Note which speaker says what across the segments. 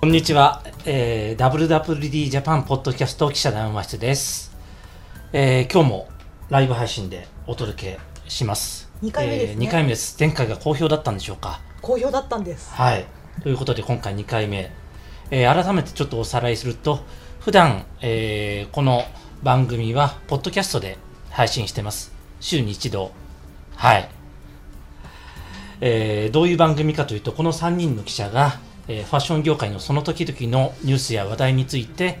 Speaker 1: こんにちは、えー、WWD ジャパンポッドキャスト記者談話室です、えー今日もライブ配信でお届けします
Speaker 2: 二回目ですね
Speaker 1: 二回目です前回が好評だったんでしょうか
Speaker 2: 好評だったんです。
Speaker 1: はい。ということで、今回2回目、えー改めてちょっとおさらいすると、普段、えーこの番組は、ポッドキャストで配信してます。週に一度。はい。えーどういう番組かというと、この3人の記者が、えーファッション業界のその時々のニュースや話題について、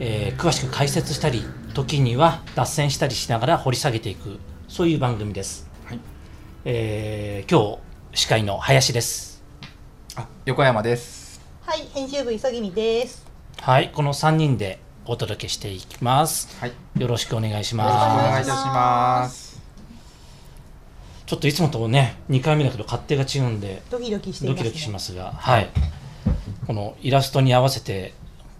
Speaker 1: えー詳しく解説したり、時には脱線したりしながら掘り下げていく、そういう番組です。
Speaker 3: はい、
Speaker 1: えー今日、司会の林です。
Speaker 3: あ横山です。
Speaker 2: はい、編集部急ぎみです。
Speaker 1: はい、この3人でお届けしていきます。
Speaker 3: はい、よ
Speaker 1: よろしくお願いし
Speaker 3: ろしくお
Speaker 1: ま
Speaker 3: 願い
Speaker 1: す。
Speaker 3: いたします。
Speaker 1: ちょっといつもとね、2回目だけど勝手が違うんで、
Speaker 2: ドキドキしていま
Speaker 1: ドキ
Speaker 2: す、ね。
Speaker 1: ドキしますが、はい。このイラストに合わせて、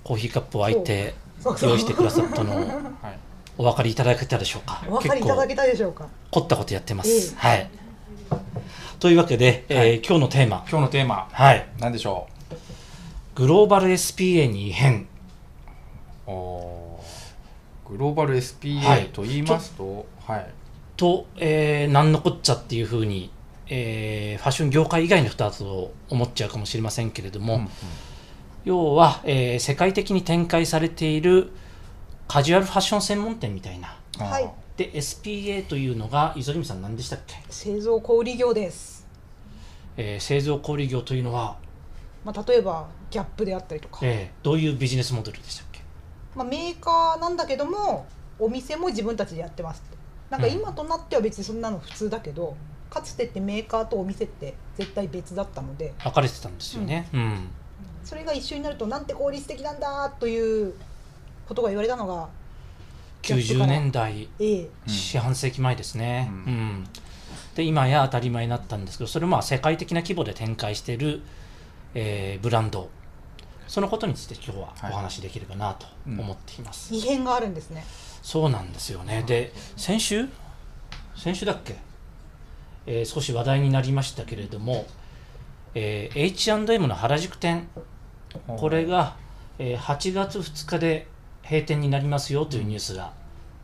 Speaker 1: コーヒーカップを開いて
Speaker 2: そうそう
Speaker 1: 用意してくださったのを
Speaker 3: はい、
Speaker 1: お分かりいただけたでしょうか。
Speaker 2: お分かりいただけたでしょうか。
Speaker 1: 凝ったことやってま
Speaker 2: え
Speaker 1: す。
Speaker 2: え
Speaker 1: はい。というわけで、えー
Speaker 3: はい
Speaker 1: 今日のテーマ、
Speaker 3: 今日のテーマ、
Speaker 1: はい。
Speaker 3: 何でしょ
Speaker 1: グローバル SPA に異変。
Speaker 3: う。おーグローバル
Speaker 1: はい
Speaker 3: SPA と言いますと、はい、
Speaker 1: と、えー、なんのこっちゃっていうふうに、えーファッション業界以外の人だと思っちゃうかもしれませんけれども、
Speaker 3: うんうん
Speaker 1: 要は、えー世界的に展開されているカジュアルファッション専門店みたいな
Speaker 3: あー
Speaker 2: はい
Speaker 1: で SPA というのが磯君さん何でしたっけ、
Speaker 2: 製造小売業です。
Speaker 1: えー製造小売業というのは、
Speaker 2: まあ例えばギャップであったりとか、
Speaker 1: えーどういうビジネスモデルでしたっけ
Speaker 2: まあメーカーなんだけどもお店も自分たちでやってますって。なんか
Speaker 1: うん
Speaker 2: 今となっては別にそんなの普通だけど、かつてってメーカーとお店って絶対別だったので、
Speaker 1: 分かれてたんですよね、うん
Speaker 2: それが一緒になるとなんて効率的なんだということが言われたのが、ギャップ
Speaker 1: 90
Speaker 2: から
Speaker 1: 年代
Speaker 2: ええ、
Speaker 3: うん
Speaker 1: 四半世紀前ですね、う
Speaker 3: うんん
Speaker 1: で今や当たり前になったんですけどそれもまあ世界的な規模で展開している、えーブランドそのことについて今日はお話しできればなと思っています、
Speaker 2: 異変があるんですね。
Speaker 1: そうなんですよねで先週先週だっけ、えー少し話題になりましたけれども、えー H&M の原宿店これが、えー8月2日で閉店になりますよというニュースが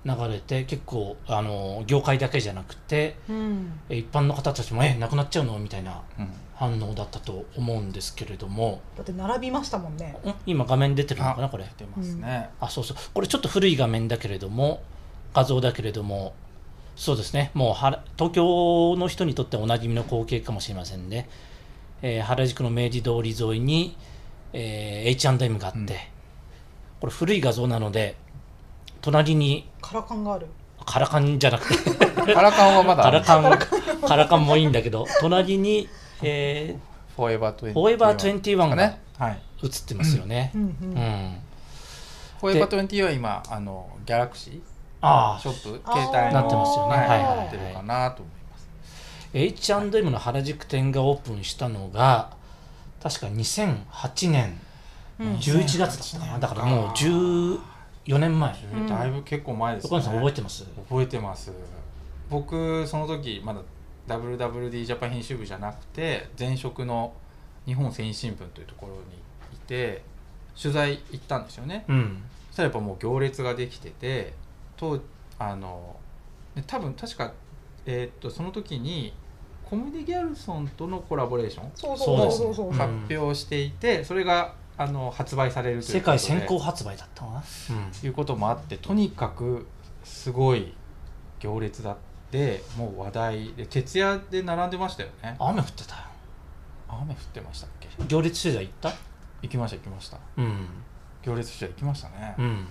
Speaker 1: 流れて、結構あの業界だけじゃなくて
Speaker 2: うん。
Speaker 1: えー一般の方たちもえなくなっちゃうのみたいな
Speaker 3: うん
Speaker 1: 反応だったと思うんですけれども
Speaker 2: だって並びましたもんね。
Speaker 1: ん今画面出てるのかなこれ
Speaker 3: 出ますね。
Speaker 1: あそうそうこれちょっと古い画面だけれども画像だけれどもそうですねもうは東京の人にとってはおなじみの光景かもしれませんね、えー原宿の明治通り沿いに、えー H&M があって、
Speaker 3: うん
Speaker 1: これ古い画像なので隣に
Speaker 2: カラカンがある。
Speaker 1: カラカンじゃなくて
Speaker 3: カラカンはまだ
Speaker 1: カ
Speaker 3: ある
Speaker 1: ラカンカラカンもいいんだけど隣に、え
Speaker 3: フォーエバー21
Speaker 1: ー、フォーエバー21が
Speaker 3: ね。はい。
Speaker 1: 映ってますよね
Speaker 2: う。んう
Speaker 1: うんん
Speaker 3: フォーエバー21は今あのギャラクシー
Speaker 1: ああ
Speaker 3: ショップ
Speaker 2: あー
Speaker 3: 携帯の
Speaker 1: なってますよね
Speaker 3: はい
Speaker 2: はいはいはい
Speaker 3: なってるかなと思います。
Speaker 1: H&M の原宿店がオープンしたのが確か2008年
Speaker 2: うん
Speaker 1: 11月だったかな、
Speaker 3: うん
Speaker 1: だからもう14年前
Speaker 2: うん
Speaker 3: だいぶ結構前です
Speaker 1: 横
Speaker 3: ね。
Speaker 1: 山さん覚えてます
Speaker 3: 覚えてます僕その時まだ WWD ジャパン編集部じゃなくて前職の日本繊維新聞というところにいて取材行ったんですよね
Speaker 1: うん
Speaker 3: そしたらやっぱもう行列ができててとあのね多分確か、えーっとその時にコムディ・ギャルソンとのコラボレーション
Speaker 2: そうそうそ
Speaker 1: そ
Speaker 2: うそうう
Speaker 1: です
Speaker 2: そう。
Speaker 3: 発表していて、それがあの発売されると
Speaker 1: 世
Speaker 3: いうこと
Speaker 1: 界
Speaker 3: で
Speaker 1: 先行発売だったのかな、うん
Speaker 3: いうこともあってとにかくすごい行列だってもう話題で徹夜で並んでましたよね
Speaker 1: 雨降ってたよ
Speaker 3: 雨降ってましたっけ
Speaker 1: 行列取材行った
Speaker 3: 行きました行きました
Speaker 1: うん
Speaker 3: 行列取材行きましたね、
Speaker 1: うん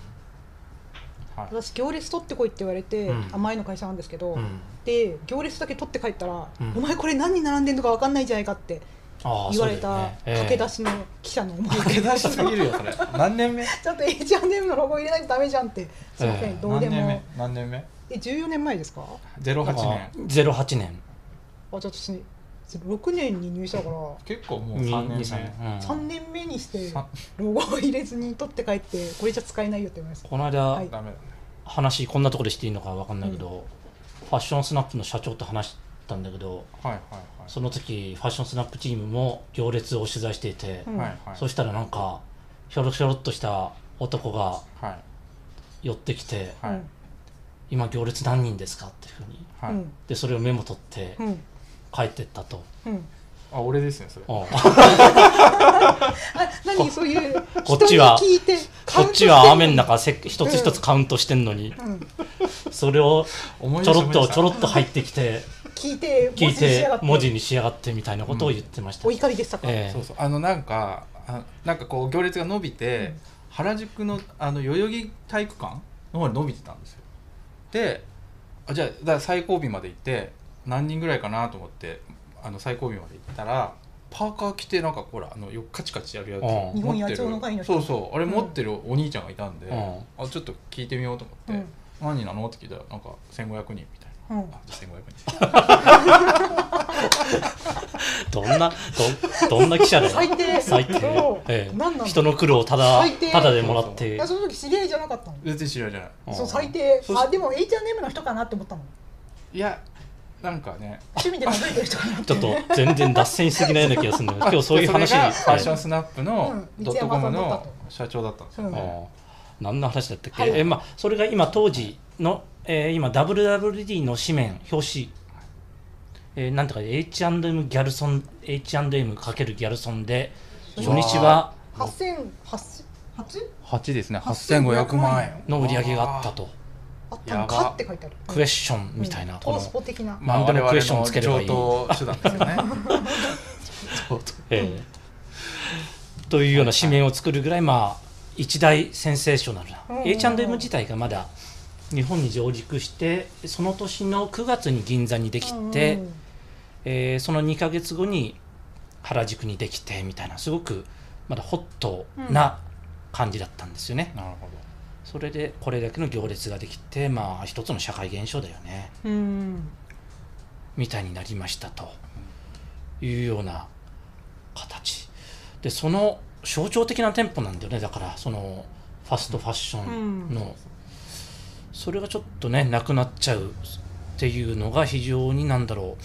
Speaker 3: はい、
Speaker 2: 私行列取ってこいって言われて、
Speaker 1: うん
Speaker 2: あ前の会社なんですけど、
Speaker 1: うん
Speaker 2: で行列だけ取って帰ったら、
Speaker 1: うん
Speaker 2: お前これ何に並んでんのか分かんないじゃないかって
Speaker 1: ああ
Speaker 2: 言われた駆け出
Speaker 1: し
Speaker 2: しの記者の思 い
Speaker 3: 駆
Speaker 2: 出
Speaker 3: け出しすぎるよそれ何年目
Speaker 2: ちょっと H&M のロゴ入れないとダメじゃんってすいません、
Speaker 1: ええ
Speaker 2: どうで
Speaker 3: 何年
Speaker 2: も
Speaker 3: 目何年目
Speaker 2: え14年前ですか
Speaker 3: 08年
Speaker 1: 08年
Speaker 2: あちょっと私6年に入社だから
Speaker 3: 結構もう
Speaker 1: に
Speaker 3: 3年
Speaker 1: にさん
Speaker 3: 目
Speaker 1: うん
Speaker 2: 3年目にして
Speaker 3: さ
Speaker 2: ロゴを入れずに取って帰ってこれじゃ使えないよって思いました
Speaker 1: この間、
Speaker 2: はい
Speaker 3: ダメだね
Speaker 1: 話こんなところでしていいのかわかんないけど、ファッションスナップの社長と話ったんだけど
Speaker 3: はいはいはい
Speaker 1: その時ファッションスナップチームも行列を取材していて、
Speaker 2: うん
Speaker 3: はいはい
Speaker 1: そしたらなんかひょろひょろっとした男が
Speaker 3: はい
Speaker 1: 寄ってきて
Speaker 3: はい
Speaker 2: うん
Speaker 1: 「今行列何人ですか?」っていうふうに
Speaker 3: はい、
Speaker 2: うん
Speaker 1: でそれをメモ取って
Speaker 2: うん
Speaker 1: 帰ってったと、
Speaker 2: うん
Speaker 3: あ俺ですねそれ
Speaker 1: うん
Speaker 2: あ何そういう
Speaker 1: こっちは
Speaker 2: 人に聞いて
Speaker 1: こっちは雨の中せ一つ一つカウントしてんのに、
Speaker 2: うん
Speaker 1: それを
Speaker 3: 思
Speaker 1: ち
Speaker 3: い出
Speaker 1: ょ
Speaker 3: し
Speaker 1: ろ
Speaker 3: ま
Speaker 1: っ
Speaker 3: した
Speaker 1: とちょろっと入ってき て
Speaker 2: 聞いて
Speaker 1: 聞いて文
Speaker 2: 文字にしやがって
Speaker 1: 字に仕上がってみたいなことを言ってました、
Speaker 2: お怒りでしたか、
Speaker 1: え
Speaker 3: そうそうあのなんかあなんかこう行列が伸びて、
Speaker 2: うん
Speaker 3: 原宿のあの代々木体育館の方に伸びてたんですよであじゃあだから最後尾まで行って何人ぐらいかなと思ってあの最後尾まで行ったらパーカー着てなんかほらあのよカチカチやるやつ
Speaker 1: うん
Speaker 3: 持ってる
Speaker 2: 日本野鳥の会の人
Speaker 3: そうそうあれ持ってるお兄ちゃんがいたんで、
Speaker 1: う
Speaker 3: あちょっと聞いてみようと思って、何人なのって聞いたらなんか1500人みたいな。
Speaker 2: うんうん
Speaker 3: あ1500人
Speaker 1: どんなどどんな記者だよ
Speaker 2: 最低
Speaker 1: 最低
Speaker 2: そう、
Speaker 1: ええ
Speaker 2: 何なの
Speaker 1: 人の苦労をただ
Speaker 2: 最低
Speaker 1: ただでもらって
Speaker 2: いやその時知り合いじゃなかったの
Speaker 3: 全然知らないじゃない
Speaker 1: うん
Speaker 2: そう最低
Speaker 3: そう
Speaker 2: あでも H&M の人かなって思ったの
Speaker 3: いやなんかね
Speaker 2: 趣味で数えてる人かなって
Speaker 1: ちょっと全然脱線しすぎないような気がする んだけど今日そういう話
Speaker 3: それがファッション
Speaker 1: え
Speaker 3: スナップの
Speaker 2: うん
Speaker 3: ドットコムの
Speaker 2: 道
Speaker 3: 社長だったんですよ、
Speaker 2: う
Speaker 1: え
Speaker 2: ん
Speaker 1: うん何の話だったっけ、
Speaker 2: はい
Speaker 1: えまあ、それが今当時の、えー、今 WWD の紙面表紙、えー、なんとか H&M ギャルソン H&M× ギャルソンで初日は
Speaker 2: 8000 8000 8
Speaker 3: 8ですね
Speaker 2: 8500万円
Speaker 1: の売り上げがあったと
Speaker 2: あったの
Speaker 3: や
Speaker 2: か
Speaker 3: ば
Speaker 2: って書いてある
Speaker 1: クエスチョンみたいな、
Speaker 2: うん
Speaker 1: こ
Speaker 2: ト
Speaker 1: の
Speaker 2: ースポ的な
Speaker 3: まあ
Speaker 1: 何で
Speaker 3: 我
Speaker 1: も
Speaker 3: 々
Speaker 1: クエ
Speaker 3: の
Speaker 1: スチョンつければいい
Speaker 3: 上等手段ですよね上等
Speaker 1: ええというような紙面を作るぐらい、まあ、一大センセーショナルな、
Speaker 2: うんうんうん
Speaker 1: H&M 自体がまだ日本に上陸してその年の9月に銀座にできて、
Speaker 2: うんうん
Speaker 1: えーその2ヶ月後に原宿にできてみたいなすごくまだホットな感じだったんですよね、
Speaker 3: なるほど
Speaker 1: それでこれだけの行列ができてまあ一つの社会現象だよね
Speaker 2: うん
Speaker 1: みたいになりましたというような形でその象徴的な店舗なんだよねだからそのファストファッションの、それがちょっとねなくなっちゃうっていうのが非常になんだろう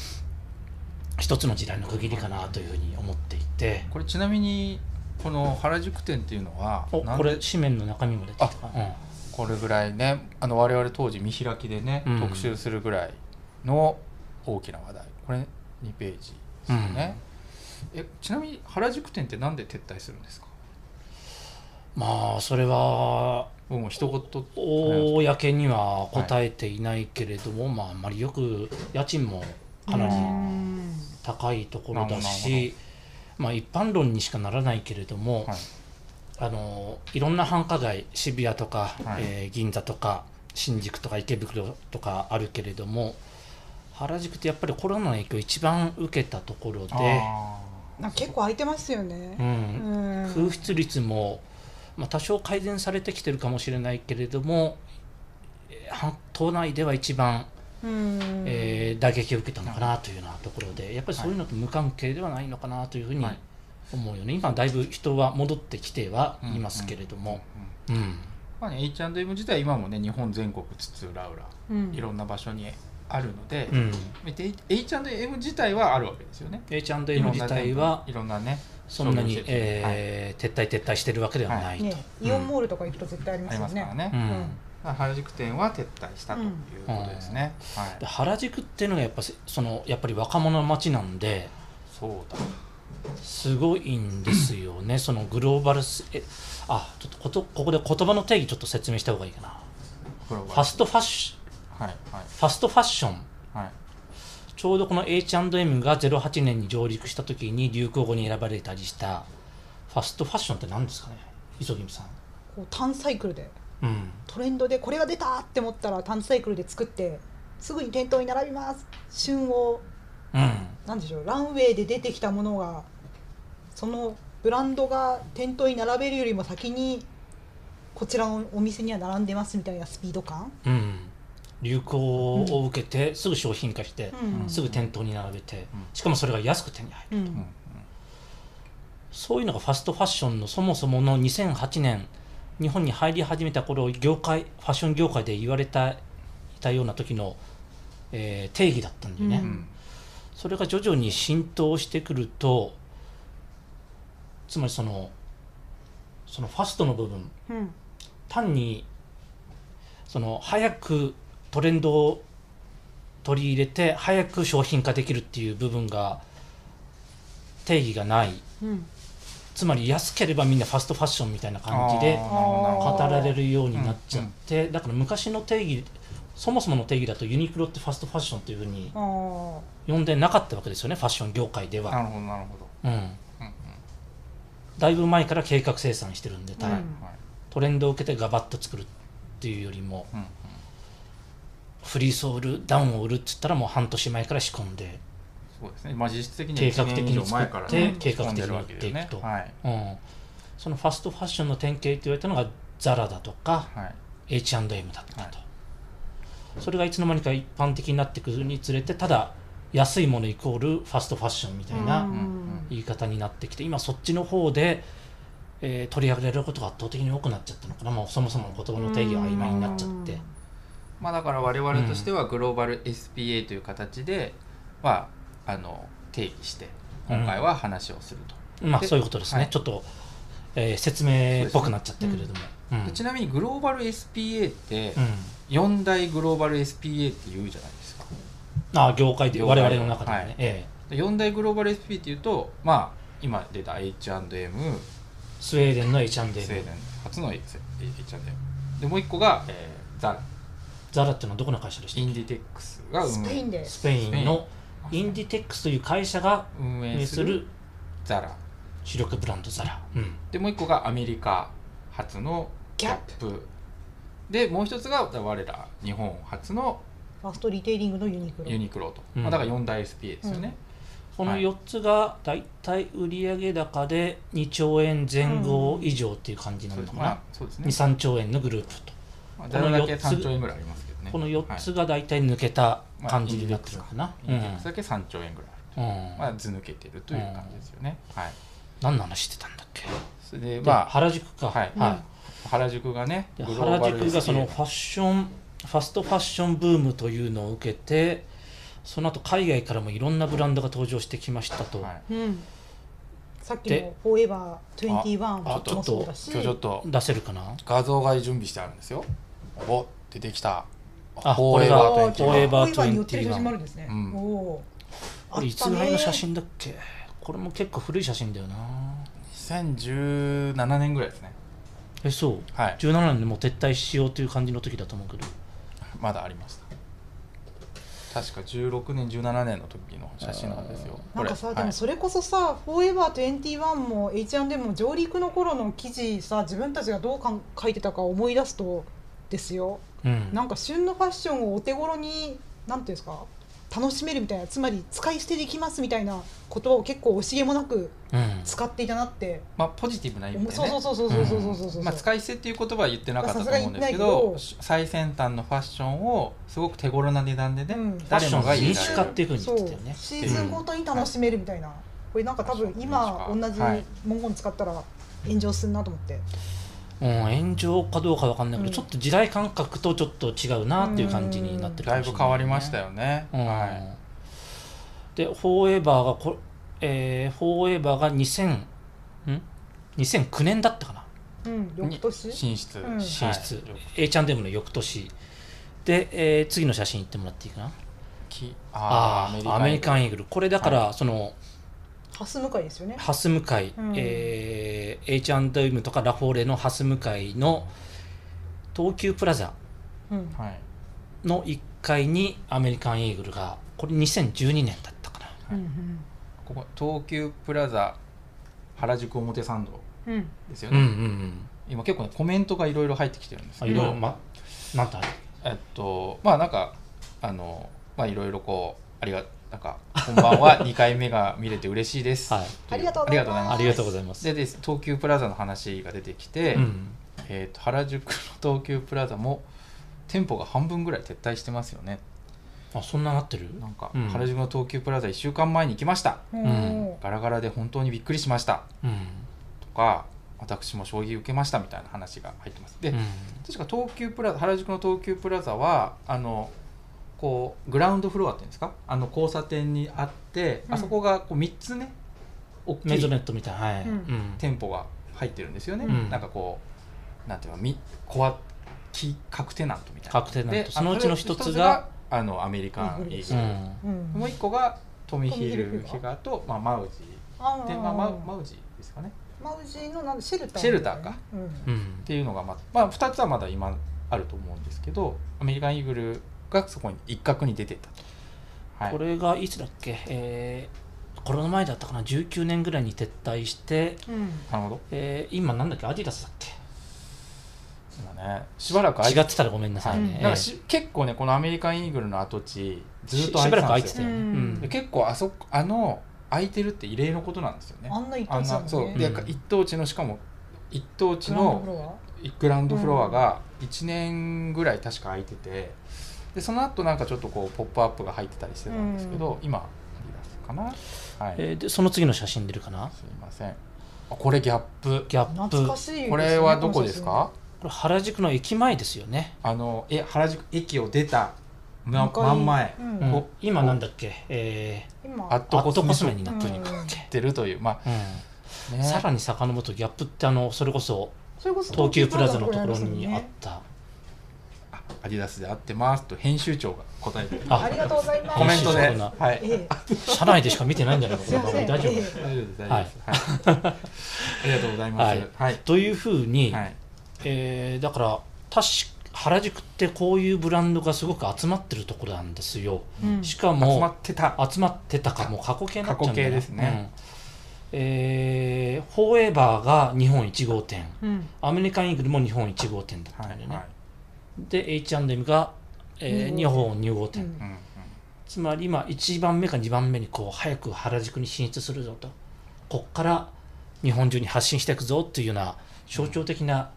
Speaker 1: 一つの時代の区切りかなというふうに思っていて
Speaker 3: これちなみにこの原宿店っていうのは
Speaker 1: お
Speaker 3: なん
Speaker 1: これ紙面の中身も出てきたか
Speaker 3: これぐらいねあの我々当時見開きでね、
Speaker 1: うん
Speaker 3: 特集するぐらいの大きな話題これ2ページです
Speaker 1: うん、うん
Speaker 3: ね、えちなみに原宿店ってなんで撤退するんですか
Speaker 1: まあそれは
Speaker 3: 僕も一言
Speaker 1: 公には答えていないけれども、まああんまりよく家賃もかなり
Speaker 2: うん
Speaker 1: 高いところだ
Speaker 3: なる
Speaker 1: し、まあ、一般論にしかならないけれども、
Speaker 3: はい
Speaker 1: あのいろんな繁華街渋谷とか、
Speaker 3: はい
Speaker 1: えー銀座とか新宿とか池袋とかあるけれども原宿ってやっぱりコロナの影響を一番受けたところで、
Speaker 3: あー
Speaker 2: なんか結構空いてますよ
Speaker 1: う
Speaker 2: ね
Speaker 1: ん
Speaker 2: うん
Speaker 1: 空室率も、まあ、多少改善されてきてるかもしれないけれどもえー半島内では一番、
Speaker 2: うん
Speaker 1: えー打撃を受けたのかなというようなところでやっぱりそういうのと無関係ではないのかなというふうに
Speaker 3: はい
Speaker 1: 思うよね、今だいぶ人は戻ってきてはいますけれども、
Speaker 3: うん
Speaker 1: うん
Speaker 3: まあね、H&M 自体今もね日本全国津々浦々
Speaker 2: うん
Speaker 3: いろんな場所にあるので、
Speaker 1: うん
Speaker 3: で H&M 自体はあるわけですよね。い
Speaker 1: H&M
Speaker 3: ろん
Speaker 1: 自
Speaker 3: な
Speaker 1: 体はい
Speaker 3: ろんなね
Speaker 1: そんな
Speaker 3: 商
Speaker 1: に
Speaker 3: 業施、設
Speaker 1: えー撤退撤退してるわけではないと、
Speaker 2: ねイオンモールとか行くと絶対ありま
Speaker 3: あり
Speaker 2: すよ
Speaker 3: ますから
Speaker 2: ね
Speaker 3: ね、
Speaker 1: う
Speaker 3: ま
Speaker 1: ん
Speaker 2: うん
Speaker 3: あ原宿店は撤退したということですね。はい
Speaker 1: で、原宿っていうのがやっぱせそのやっぱり若者の街なんで
Speaker 3: そうだ
Speaker 1: すごいんですよね、そのグローバルスえあちょっとことここで言葉の定義ちょっと説明した方がいいかな
Speaker 3: これは
Speaker 1: ファストファッシ
Speaker 3: はいはい
Speaker 1: ファストファッション
Speaker 3: はい
Speaker 1: ちょうどこの H&M が08年に上陸した時に流行語に選ばれたりしたファストファッションって何ですかね磯君さん
Speaker 2: こう単サイクルで
Speaker 1: うん
Speaker 2: トレンドでこれが出たって思ったら単サイクルで作ってすぐに店頭に並びます旬を
Speaker 1: うん
Speaker 2: なんでしょうランウェイで出てきたものがそのブランドが店頭に並べるよりも先にこちらのお店には並んでますみたいなスピード感、
Speaker 1: うん流行を受けてすぐ商品化して、
Speaker 2: うん
Speaker 1: すぐ店頭に並べて
Speaker 3: うん
Speaker 1: しかもそれが安く手に入る
Speaker 2: うん
Speaker 3: うんうん
Speaker 1: そういうのがファストファッションのそもそもの2008年日本に入り始めた頃業界ファッション業界で言われたいたような時の、えー定義だったんだよね、
Speaker 2: うん
Speaker 3: うん
Speaker 1: それが徐々に浸透してくるとつまりそのそのファストの部分
Speaker 2: うん
Speaker 1: 単にその早くトレンドを取り入れて早く商品化できるっていう部分が定義がない
Speaker 2: うん
Speaker 1: つまり安ければみんなファストファッションみたいな感じで
Speaker 3: あーなるほどなるほ
Speaker 1: 語
Speaker 3: ど
Speaker 1: られるようになっちゃって、だから昔の定義そもそもの定義だとユニクロってファストファッションっていうふうに
Speaker 2: あー
Speaker 1: 呼んでなかったわけですよねファッション業界で
Speaker 3: な
Speaker 1: は、
Speaker 3: るほどなるほど、
Speaker 1: うん、
Speaker 3: うんうん
Speaker 1: だいぶ前から計画生産してるんで、多分
Speaker 2: うん
Speaker 3: はい
Speaker 1: トレンドを受けてガバッと作るっていうよりも
Speaker 3: うんうん
Speaker 1: フリースを売るダウンを売るっつったらもう半年前から仕込んで、
Speaker 3: そうですねまあ実質的に
Speaker 1: 計画的に
Speaker 3: 1年以上前から
Speaker 2: 作って
Speaker 1: 計画的に
Speaker 3: 仕込んでるわけで
Speaker 1: やっていくと
Speaker 3: はい
Speaker 1: うん、そのファストファッションの典型って言われたのがザラだとか
Speaker 3: はい
Speaker 1: H&M だったと、
Speaker 3: は
Speaker 1: それがいつの間にか一般的になってくるにつれてただ安いものイコールファストファッションみたいな、
Speaker 2: うん
Speaker 1: 言い方になってきて今そっちの方で、えー取り上げられることが圧倒的に多くなっちゃったのかなもうそもそもの言葉の定義が曖昧になっちゃって
Speaker 3: まあ、だから我々としてはグローバル SPA という形では、あの定義して今回は話をすると、
Speaker 1: まあ
Speaker 3: で
Speaker 1: そういうことですね、
Speaker 3: はい
Speaker 1: ちょっと、えー説明っぽくなっちゃったけれどもう,、ん
Speaker 3: でちなみにグローバル SPA って
Speaker 1: うん
Speaker 3: 4大グローバル SPA って言うじゃないですか
Speaker 1: ああ業界で
Speaker 3: 業
Speaker 1: 我
Speaker 3: 界
Speaker 1: 々の中でね、
Speaker 3: はい
Speaker 1: ええ
Speaker 3: 4大グローバル SPA っていうとまあ今出た H&M
Speaker 1: スウェーデンの H&M
Speaker 3: スウェーデン初の H&M でもう一個が、えーザラ
Speaker 1: ザラっていうのはどこの会社でし
Speaker 3: イ
Speaker 1: た
Speaker 3: ンディテックスが
Speaker 2: ス
Speaker 3: 運
Speaker 2: ペイ
Speaker 3: 営
Speaker 2: ンで
Speaker 1: スペインのインディテックスという会社が
Speaker 3: 運
Speaker 1: 運営
Speaker 3: 営
Speaker 1: す
Speaker 3: する
Speaker 1: る
Speaker 3: ザラ
Speaker 1: 主力ブランドザラ、うん、
Speaker 3: でもう一個がアメリカ初の
Speaker 2: ギャップ
Speaker 3: プでもう一つが我ら日本初の
Speaker 2: ファーストリテイリングのユニクロ
Speaker 3: ユニクロと、
Speaker 1: うん
Speaker 3: まあ、だから4大 SPA ですよね、
Speaker 1: この4つがだいたい売上高で2兆円前後以上っていう感じな
Speaker 3: そう
Speaker 1: の
Speaker 3: です
Speaker 1: か
Speaker 3: ま
Speaker 1: な
Speaker 3: あ、そうですね、
Speaker 1: 23兆円のグループと
Speaker 3: まあ、
Speaker 1: こ
Speaker 3: だ
Speaker 1: の
Speaker 3: らだけ
Speaker 1: 四つ
Speaker 3: 3兆円ぐらいありますけどね
Speaker 1: この4
Speaker 3: はい
Speaker 1: つが大体抜けた感じになってるのかな、
Speaker 3: インデックスだけ3兆円ぐらいある
Speaker 1: うん、
Speaker 3: と、
Speaker 1: うん
Speaker 3: まあ、図抜けてるという感じですよね、はい
Speaker 1: 何の話してたんだっけ
Speaker 3: それで
Speaker 1: で
Speaker 3: まあ
Speaker 1: 原宿か
Speaker 3: はい
Speaker 1: は
Speaker 3: 原宿がね
Speaker 1: いで
Speaker 3: グローバ
Speaker 1: 原
Speaker 3: ル
Speaker 1: 宿がその
Speaker 3: SPA
Speaker 1: ファッションファストファッションブームというのを受けてその後海外からもいろんなブランドが登場してきましたと、
Speaker 3: は
Speaker 2: う
Speaker 3: い
Speaker 2: んさっき
Speaker 1: で
Speaker 2: の「フォーエバー21」
Speaker 1: ああちょ
Speaker 2: も
Speaker 1: っと
Speaker 2: そうだし
Speaker 3: 今日ちょっと
Speaker 1: 出せるかな
Speaker 3: 画像が準備してあるんですよお出てきた
Speaker 1: あ
Speaker 3: フォ
Speaker 1: これ
Speaker 3: エ
Speaker 1: があ
Speaker 3: バー21
Speaker 1: フォーエバー
Speaker 2: フォに寄ってる写真もあるんですね、
Speaker 3: うん
Speaker 2: おお
Speaker 1: これいつぐらいの写真だっけこれも結構古い写真だよな
Speaker 3: 2017年ぐらいですね
Speaker 1: えそう
Speaker 3: はい
Speaker 1: 17年でもう撤退しようという感じの時だと思うけど
Speaker 3: まだありました確か16年17年の時の写真なんですよ
Speaker 2: なんかさ
Speaker 3: こ
Speaker 2: で
Speaker 3: れ
Speaker 2: もそれこそさ「フォーエバー21」も H&M も上陸の頃の記事さ自分たちがどうかん書いてたか思い出すとですよ
Speaker 1: うん
Speaker 2: なんか旬のファッションをお手頃になんていうんですか楽しめるみたいなつまり使い捨てできますみたいな言葉を結構惜しげもなく
Speaker 1: うん
Speaker 2: 使っていたなって、
Speaker 3: まあポジティブな意味でね
Speaker 2: そうそうそうそうそうそうそうそうそう、
Speaker 3: まあ、使い捨てっていう言葉は言ってなかったと
Speaker 2: まあさす
Speaker 3: 思
Speaker 2: が
Speaker 3: う
Speaker 2: に
Speaker 3: んですけ
Speaker 2: 言って
Speaker 3: ど
Speaker 2: ない
Speaker 3: 最先端のファッションをすごく手頃な値段でね、
Speaker 2: うん
Speaker 1: ファッシ
Speaker 3: 誰
Speaker 1: ョン
Speaker 3: も
Speaker 1: が
Speaker 3: が
Speaker 1: 民
Speaker 3: 言
Speaker 1: 主
Speaker 3: え
Speaker 1: 化
Speaker 3: ら
Speaker 1: っ
Speaker 3: れ
Speaker 1: て
Speaker 3: る
Speaker 1: いうふうに言ってたよ
Speaker 2: そう
Speaker 1: ね
Speaker 2: シーズンごとに楽しめるみたいな、これなんか多分今
Speaker 3: そう
Speaker 2: 同じ
Speaker 3: はい
Speaker 2: 文言使ったら炎上するなと思って、
Speaker 1: うん炎上かどうかわかんないけど、
Speaker 2: うん
Speaker 1: ちょっと時代感覚とちょっと違うなっていう感じになってるか
Speaker 3: だい
Speaker 1: もしれないね、
Speaker 3: ぶ変わりましたよね、
Speaker 1: うん
Speaker 3: は
Speaker 1: でフォーエバーがこ、えーフォーエバーが2000ん2009年だったかな
Speaker 2: うん、
Speaker 3: い
Speaker 2: 翌
Speaker 3: に
Speaker 2: 年
Speaker 3: 進出、
Speaker 2: うん
Speaker 1: 進出、
Speaker 3: はい
Speaker 1: H&M の翌年で、えー次の写真いってもらっていいかな
Speaker 3: き
Speaker 1: あ
Speaker 3: あ
Speaker 1: ー
Speaker 3: ー
Speaker 1: アメリカンイーグルこれだから、その
Speaker 2: ハス向かいですよね。
Speaker 1: ハス向かい、
Speaker 2: うん
Speaker 1: えー H&M とかラフォーレのハス向かいの東急プラザ
Speaker 2: うん、
Speaker 3: はい
Speaker 1: の1階にアメリカンイーグルがこれ2012年だったかな
Speaker 2: うん、
Speaker 3: ここ東急プラザ原宿表参道
Speaker 2: うん、うん、
Speaker 3: ですよ
Speaker 1: うん
Speaker 3: ね、
Speaker 1: うんうん
Speaker 3: 今結構、ね、コメントがいろいろ入ってきてるんです
Speaker 1: あ
Speaker 3: け
Speaker 1: いろいろ
Speaker 3: ど、
Speaker 1: まなんてある
Speaker 3: えっとまあなんかあのまあいろいろこうありがなんかこんばんは 2回目が見れて嬉しいです、
Speaker 1: はい
Speaker 2: ありがとう
Speaker 3: あ
Speaker 2: ご
Speaker 3: り
Speaker 2: ざ
Speaker 3: が
Speaker 2: い
Speaker 3: とうござい
Speaker 2: ま
Speaker 3: ます
Speaker 1: あ
Speaker 2: す。
Speaker 1: りがとうございます
Speaker 3: でです東急プラザの話が出てきて、
Speaker 1: うん
Speaker 3: えー、と原宿の東急プラザも店舗が半分ぐらい撤退してますよね
Speaker 1: あそんななってる
Speaker 3: なんか、
Speaker 1: うん
Speaker 3: 原宿の東急プラザ1週間前に行きました
Speaker 2: うんん、
Speaker 3: ガラガラで本当にびっくりしました
Speaker 1: うん
Speaker 3: とか私も将棋受けましたみたいな話が入ってますで、
Speaker 1: うん
Speaker 3: 確か東急プラザ原宿の東急プラザはあのこうグラウンドフロアっていうんですかあの交差点にあって、
Speaker 2: うん
Speaker 3: あそこがこう3つね大き
Speaker 1: メゾ
Speaker 3: い
Speaker 1: ネットみたいなはい、
Speaker 2: うん
Speaker 3: 店舗が入ってるんですよね、
Speaker 1: うん
Speaker 3: なんかこうなんていうのみコアキ各テナントみたいな
Speaker 1: 確定なん
Speaker 3: で
Speaker 1: とそのうちの一つが
Speaker 3: あのアメリカンイーグル、
Speaker 2: うん
Speaker 3: もう一個がトミヒ
Speaker 2: トミヒ
Speaker 3: ル・
Speaker 2: ル
Speaker 3: ヒガーと、まあ、マウジ
Speaker 2: あー
Speaker 3: で、まあ、マウマウジですかね
Speaker 2: マウジーのなんだシェルター
Speaker 3: シェルターか、
Speaker 2: うん
Speaker 1: うん、うん
Speaker 3: っていうのがまず、まあ、2つはまだ今あると思うんですけどアメリカンイーグルがそこに一角に出てたと、はい、
Speaker 1: これがいつだっけ、えーコロナ前だったかな19年ぐらいに撤退して、
Speaker 2: うん
Speaker 3: なるほど
Speaker 1: えー今なんだっけアディダスだっ
Speaker 3: 今ねしばらく
Speaker 1: け
Speaker 3: あい
Speaker 1: 違ってたらごめんなさいね、
Speaker 2: うん
Speaker 1: えー
Speaker 3: なんかし結構ねこのアメリカンイーグルの跡地ずっと
Speaker 1: ししばらく空
Speaker 3: 空
Speaker 1: い
Speaker 3: い
Speaker 1: て
Speaker 3: て
Speaker 1: た
Speaker 3: た
Speaker 1: よね、
Speaker 2: う
Speaker 3: で
Speaker 2: ん
Speaker 3: 結構あそこあの空いてるって異例のことなんですよね
Speaker 2: あんな一
Speaker 3: あ
Speaker 2: 等
Speaker 3: ん
Speaker 2: 地だもん
Speaker 3: な
Speaker 2: ね
Speaker 3: そう
Speaker 1: う
Speaker 3: で
Speaker 1: ん
Speaker 3: 一等地のしかも一等地
Speaker 2: グラウンド
Speaker 3: の
Speaker 2: フロ
Speaker 3: グラウンドフロアが1年ぐらい確か空いててでその後なんかちょっとこうポップアップが入ってたりしてたんですけど、今いますかなはい、
Speaker 1: えーでその次の写真出るかな
Speaker 3: すいませんあこれギャップ
Speaker 1: ギャ
Speaker 2: ア
Speaker 1: ッ
Speaker 2: 懐
Speaker 1: プ
Speaker 2: か
Speaker 1: こ
Speaker 2: しいですね
Speaker 3: これはどこですか
Speaker 1: れ原宿の駅前ですよね、
Speaker 3: あのえ原宿駅を出た
Speaker 2: この
Speaker 3: な
Speaker 2: 写真
Speaker 3: 真ん前
Speaker 2: うん
Speaker 1: うん
Speaker 3: こ
Speaker 1: 今なんだっけ、え
Speaker 2: 今
Speaker 3: アッ
Speaker 1: ー、アッ
Speaker 3: ト
Speaker 1: ト
Speaker 3: コ
Speaker 1: コ
Speaker 3: ス
Speaker 1: ス
Speaker 3: メ
Speaker 1: メ
Speaker 3: に
Speaker 1: に
Speaker 3: な
Speaker 1: なってるんだっけ、
Speaker 3: ってるというま
Speaker 1: うん
Speaker 3: あ、ね、
Speaker 1: さらに遡るとギャップってあのそれこそ
Speaker 2: それこそ
Speaker 1: 東急プラザのところにあっ
Speaker 2: 東急
Speaker 1: た
Speaker 3: あアディダスで会ってますと編集長が答えてる
Speaker 2: プラザのところにありますよねありがとうございます
Speaker 3: コメントで、
Speaker 1: 編集長が
Speaker 3: はい、
Speaker 2: え
Speaker 1: 社内でしか見てないんじゃない
Speaker 2: え
Speaker 1: か
Speaker 2: すいま
Speaker 1: この
Speaker 2: せん
Speaker 1: 番組大丈夫、
Speaker 2: ええ
Speaker 3: 大丈夫です大丈夫です、はいありがとうございます
Speaker 1: は
Speaker 3: はいい、はい
Speaker 1: というふうに、えーだから確か原宿ってこういうブランドがすごく集まってるところなんですよ、
Speaker 2: うん
Speaker 1: しか
Speaker 3: 集まっ
Speaker 1: も
Speaker 3: てた
Speaker 1: 集まってたかもう過去形になっちゃうんだよ
Speaker 3: 過去形ですね、
Speaker 1: うんえーフォーエバーが日本1号店
Speaker 2: うん
Speaker 1: アメリカンイーグルも日本1号店だった
Speaker 3: は
Speaker 1: んだよ
Speaker 3: い
Speaker 1: ね、
Speaker 3: はい
Speaker 1: で H&M が、えー、
Speaker 2: 二
Speaker 1: 日
Speaker 2: 号
Speaker 1: 本2号
Speaker 2: う
Speaker 1: 店、
Speaker 2: ん
Speaker 3: うんうん
Speaker 1: つまり今1番目か2番目にこう早く原宿に進出するぞとこっから日本中に発信していくぞっていうような象徴的な、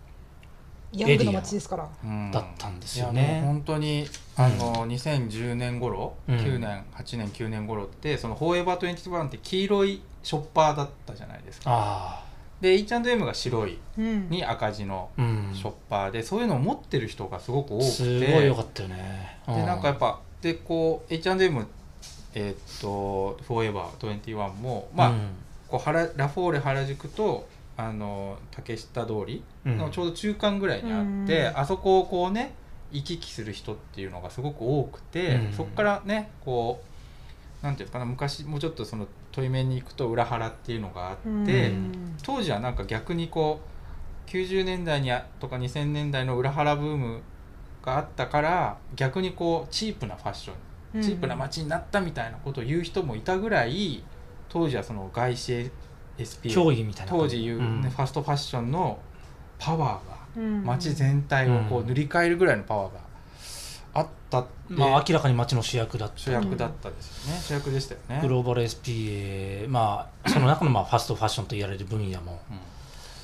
Speaker 2: ヤングの街ですから
Speaker 3: うん
Speaker 1: だったんですよね
Speaker 3: いやもう本当にあの、2010年頃、
Speaker 1: うん
Speaker 3: 9年8年9年頃ってそのフォーエバー21って黄色いショッパーだったじゃないですか
Speaker 1: あ
Speaker 3: で H&M が白い
Speaker 2: うん
Speaker 3: に赤字の
Speaker 1: あうん
Speaker 3: ショッパーで、そういうのを持ってる人がすごく多くて
Speaker 1: すごい良かったよね、う
Speaker 3: でなんかやっぱでこう H&M えーっとフォーエバー21もまあ、
Speaker 1: うん
Speaker 3: こう原ラフォーレ原宿とあの竹下通りのちょうど中間ぐらいにあって、
Speaker 2: うん
Speaker 3: あそこをこうね行き来する人っていうのがすごく多くて、
Speaker 1: うん
Speaker 3: そこからねこうなんていうんですかね昔もうちょっとその問い面に行くと裏原っていうのがあって、
Speaker 2: うん
Speaker 3: 当時はなんか逆にこう90年代にあとか2000年代の裏原ブームがあったから逆にこうチープなファッションチープな街になったみたいなことを言う人もいたぐらい当時はその外資 SPO
Speaker 1: 競技みたいな
Speaker 3: 当時言う、ね
Speaker 1: ん
Speaker 3: ファストファッションのパワーが
Speaker 2: うん
Speaker 3: 街全体をこ
Speaker 1: う
Speaker 3: うん塗り替えるぐらいのパワーがあったって、
Speaker 1: まあ明らかに街の主役だっ
Speaker 3: 主
Speaker 1: た
Speaker 3: 役だったですよね、主役でしたよね
Speaker 1: グローバル SPA まあその中のまあファストファッションと言われる分野も
Speaker 3: うん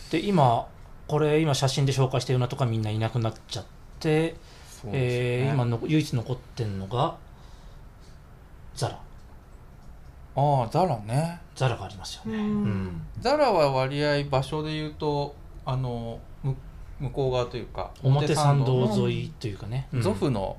Speaker 1: で今これ今写真で紹介したようなとこはみんないなくなっちゃって、
Speaker 3: そうですよね
Speaker 1: えー今の唯一残ってんのがザラ
Speaker 3: ああザラね
Speaker 1: ザラがありますよ
Speaker 2: う
Speaker 1: ね、
Speaker 2: ん
Speaker 3: ザラは割合場所で言うとあのむ向こう側というか
Speaker 1: 表参
Speaker 2: 表参
Speaker 1: 道
Speaker 2: 道
Speaker 1: 沿いというかね、うん
Speaker 3: ゾフの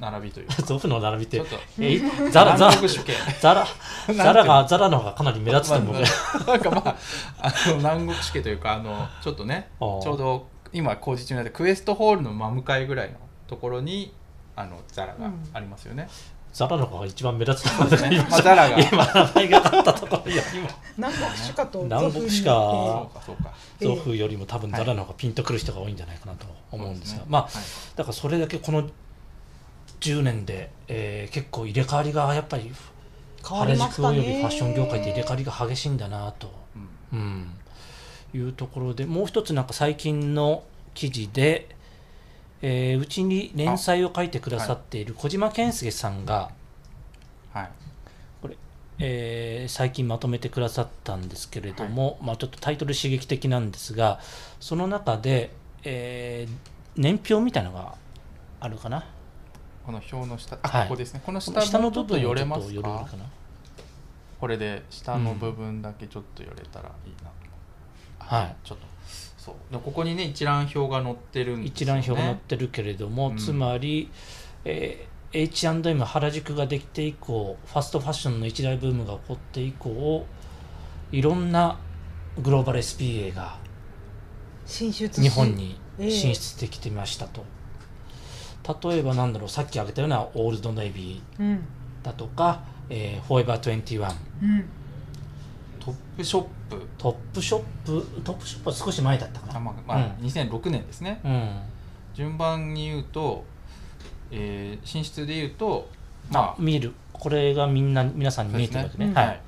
Speaker 3: 並びという か、
Speaker 1: ゾフの並びっ
Speaker 3: ち
Speaker 1: て
Speaker 3: ょっと
Speaker 1: えいザラザラ
Speaker 3: 南国主権
Speaker 1: ザラザラがザラの方がかなり目立つと思う
Speaker 3: まあなんかまああの南国地形というかあのちょっとねち
Speaker 1: あー
Speaker 3: ょうど今工事中になってクエストホールの真向かいぐらいのところにあのザラがあります よね、
Speaker 1: ザラの方が一番目立つと思う
Speaker 3: ねまあ、ザラが
Speaker 1: 今名前があったところよりも
Speaker 2: 南国主かと
Speaker 1: 南国主
Speaker 3: そ
Speaker 1: か
Speaker 3: うかそうか
Speaker 2: ええ
Speaker 1: ゾフよりも多分
Speaker 3: はい
Speaker 1: ザラの方がピンとくる人が多いんじゃないかなと思うんですが、
Speaker 3: そうね
Speaker 1: まあ
Speaker 3: はい
Speaker 1: だからそれだけこの10年で、えー結構入れ替わりがやっぱり
Speaker 2: 変わ
Speaker 1: 原
Speaker 2: りまし
Speaker 1: 宿
Speaker 2: た
Speaker 1: お
Speaker 2: ね
Speaker 1: よびファッション業界って入れ替わりが激しいんだなと、うん、いうところでもう一つなんか最近の記事で、えーうちに連載を書いてくださっている小島健介さんが、
Speaker 3: うんはい
Speaker 1: えー最近まとめてくださったんですけれども、まあ、ちょっとタイトル刺激的なんですがその中で、えー年表みたいなのがあるかな
Speaker 3: この表の下あ、
Speaker 1: はい
Speaker 3: ここですねこの
Speaker 1: こ
Speaker 3: 下
Speaker 1: の下の
Speaker 3: もちょ
Speaker 1: 部
Speaker 3: っと
Speaker 1: 分
Speaker 3: 寄
Speaker 1: をち
Speaker 3: れ
Speaker 1: ょっ
Speaker 3: ま
Speaker 1: と
Speaker 3: す
Speaker 1: 寄れる
Speaker 3: か
Speaker 1: かな
Speaker 3: これで下の部分だけちょっと寄れたらいいな、
Speaker 1: はい
Speaker 3: ちょっとそうでここにね一覧表が載ってるんです
Speaker 1: 一
Speaker 3: よ
Speaker 1: 覧
Speaker 3: ね
Speaker 1: 表が載ってるけれども、
Speaker 3: うん
Speaker 1: つまり、えー H&M 原宿ができて以降ファストファッションの一大ブームが起こって以降いろんなグローバル SPA が
Speaker 2: 進出し
Speaker 1: 日本に
Speaker 2: ええ
Speaker 1: 進出してきてましたと、例えばなんだろうさっき挙げたようなオールドネイビ
Speaker 2: うん
Speaker 1: ーだとか、えーフォーエバー21
Speaker 2: うん
Speaker 3: トップショップ
Speaker 1: トップショップトップショップは少し前だったか
Speaker 3: あ
Speaker 1: な
Speaker 3: まあまあ
Speaker 1: う
Speaker 3: 2006年ですね、
Speaker 1: うん
Speaker 3: 順番に言うと、えー進出で言うとまあ
Speaker 1: 見るこれがみんな皆さんに
Speaker 3: そう
Speaker 1: 見
Speaker 3: で
Speaker 1: え
Speaker 3: す
Speaker 1: てるわけね
Speaker 2: うん
Speaker 1: は、
Speaker 3: はいい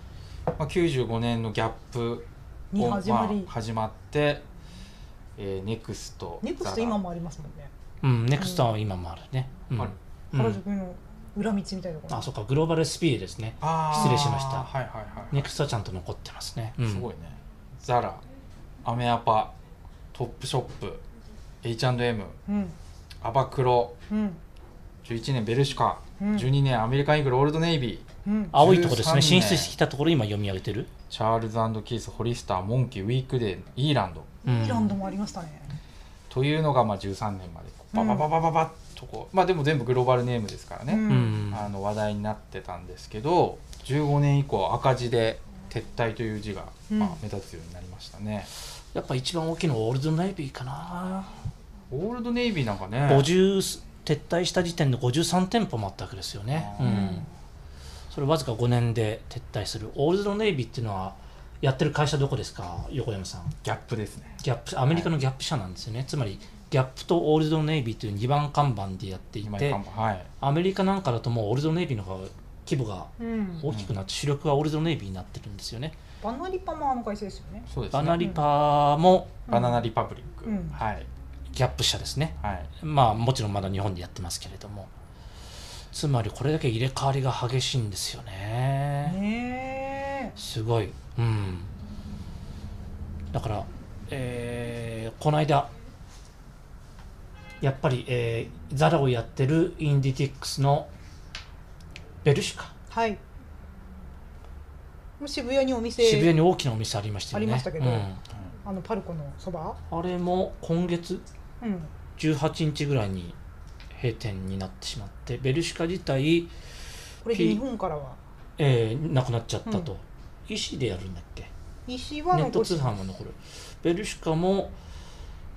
Speaker 3: まあ、95年のギャップ
Speaker 2: に始まり、
Speaker 3: まあ、始まって、えー、ネクスト
Speaker 2: ネクスト今もありますもんね、
Speaker 1: うん、ネクストは今もあるね、うん
Speaker 3: ある
Speaker 1: うん
Speaker 2: 原宿の裏道みたいなところ
Speaker 1: あそうかグローバル SPA ですね
Speaker 3: あー
Speaker 1: 失礼しました
Speaker 3: はいはいはい、
Speaker 1: ネクストはちゃんと残ってますね、うん
Speaker 3: すごいねザラアメアパトップショップ H&M
Speaker 2: うん
Speaker 3: アバクロ
Speaker 2: うん
Speaker 3: 11年ベルシュカ、
Speaker 2: うん
Speaker 3: 12年アメリカンイーグルオールドネイビ
Speaker 2: う
Speaker 3: ー
Speaker 2: ん
Speaker 1: 青いとこです
Speaker 3: 13
Speaker 1: ね
Speaker 3: 年
Speaker 1: 進出してきたところ今読み上げてる
Speaker 3: チャールズキースホリスターモンキーウィークデーイーランド
Speaker 1: うん
Speaker 2: イランドもありましたね
Speaker 3: というのがまあ13年までババババババッとこう、まあでも全部グローバルネームですから
Speaker 2: う
Speaker 3: ね、
Speaker 1: うんん
Speaker 3: あの話題になってたんですけど15年以降赤字で撤退という字がまあ
Speaker 2: うん
Speaker 3: 目立つようになりましたね、
Speaker 1: やっぱ一番大きいのはオールドネイビーかな、
Speaker 3: オールドネイビーなんかね
Speaker 1: 50撤退した時点で53店舗もあったわけですよね、
Speaker 3: あ
Speaker 1: う
Speaker 3: ー
Speaker 1: ん、それわずか5年で撤退するオールドネイビーっていうのはやってる会社どこですか横山さん
Speaker 3: ギャップですね
Speaker 1: ギャップアメリカのギャップ社なんですよね、つまりギャップとオールドネイビーという2番看板でやってい
Speaker 3: 今
Speaker 1: て
Speaker 3: はい
Speaker 1: アメリカなんかだともうオールドネイビーの方が規模が
Speaker 2: うん
Speaker 1: 大きくなって主力はオールドネイビーになってるんですよね
Speaker 2: バナリパもあの会社ですよね
Speaker 3: そうです
Speaker 1: バ
Speaker 3: ね
Speaker 1: ナリパーも
Speaker 3: バナナリパブリック、
Speaker 2: うん
Speaker 3: はい
Speaker 1: ギャップ社ですね
Speaker 3: はい
Speaker 1: まあもちろんまだ日本でやってますけれどもつまりこれだけ入れ替わりが激しいんですよね
Speaker 2: ねえ
Speaker 1: すごいうんだからえーこの間やっぱり、えーザラをやってるインディティックスのベルシュカ
Speaker 2: はいもう渋谷にお店
Speaker 1: 渋谷に大きなお店ありましたよね
Speaker 2: ありましたけど
Speaker 1: うん
Speaker 2: あのパルコのそば
Speaker 1: あれも今月
Speaker 2: うん
Speaker 1: 18日ぐらいに閉店になってしまってベルシカ自体、
Speaker 2: これで日本からは
Speaker 1: えーなくなっちゃったと、
Speaker 2: う
Speaker 1: 医師でやるんだっけ
Speaker 2: 石は
Speaker 1: ネット
Speaker 2: 残
Speaker 1: 通
Speaker 2: し
Speaker 1: 販も残るベルシカも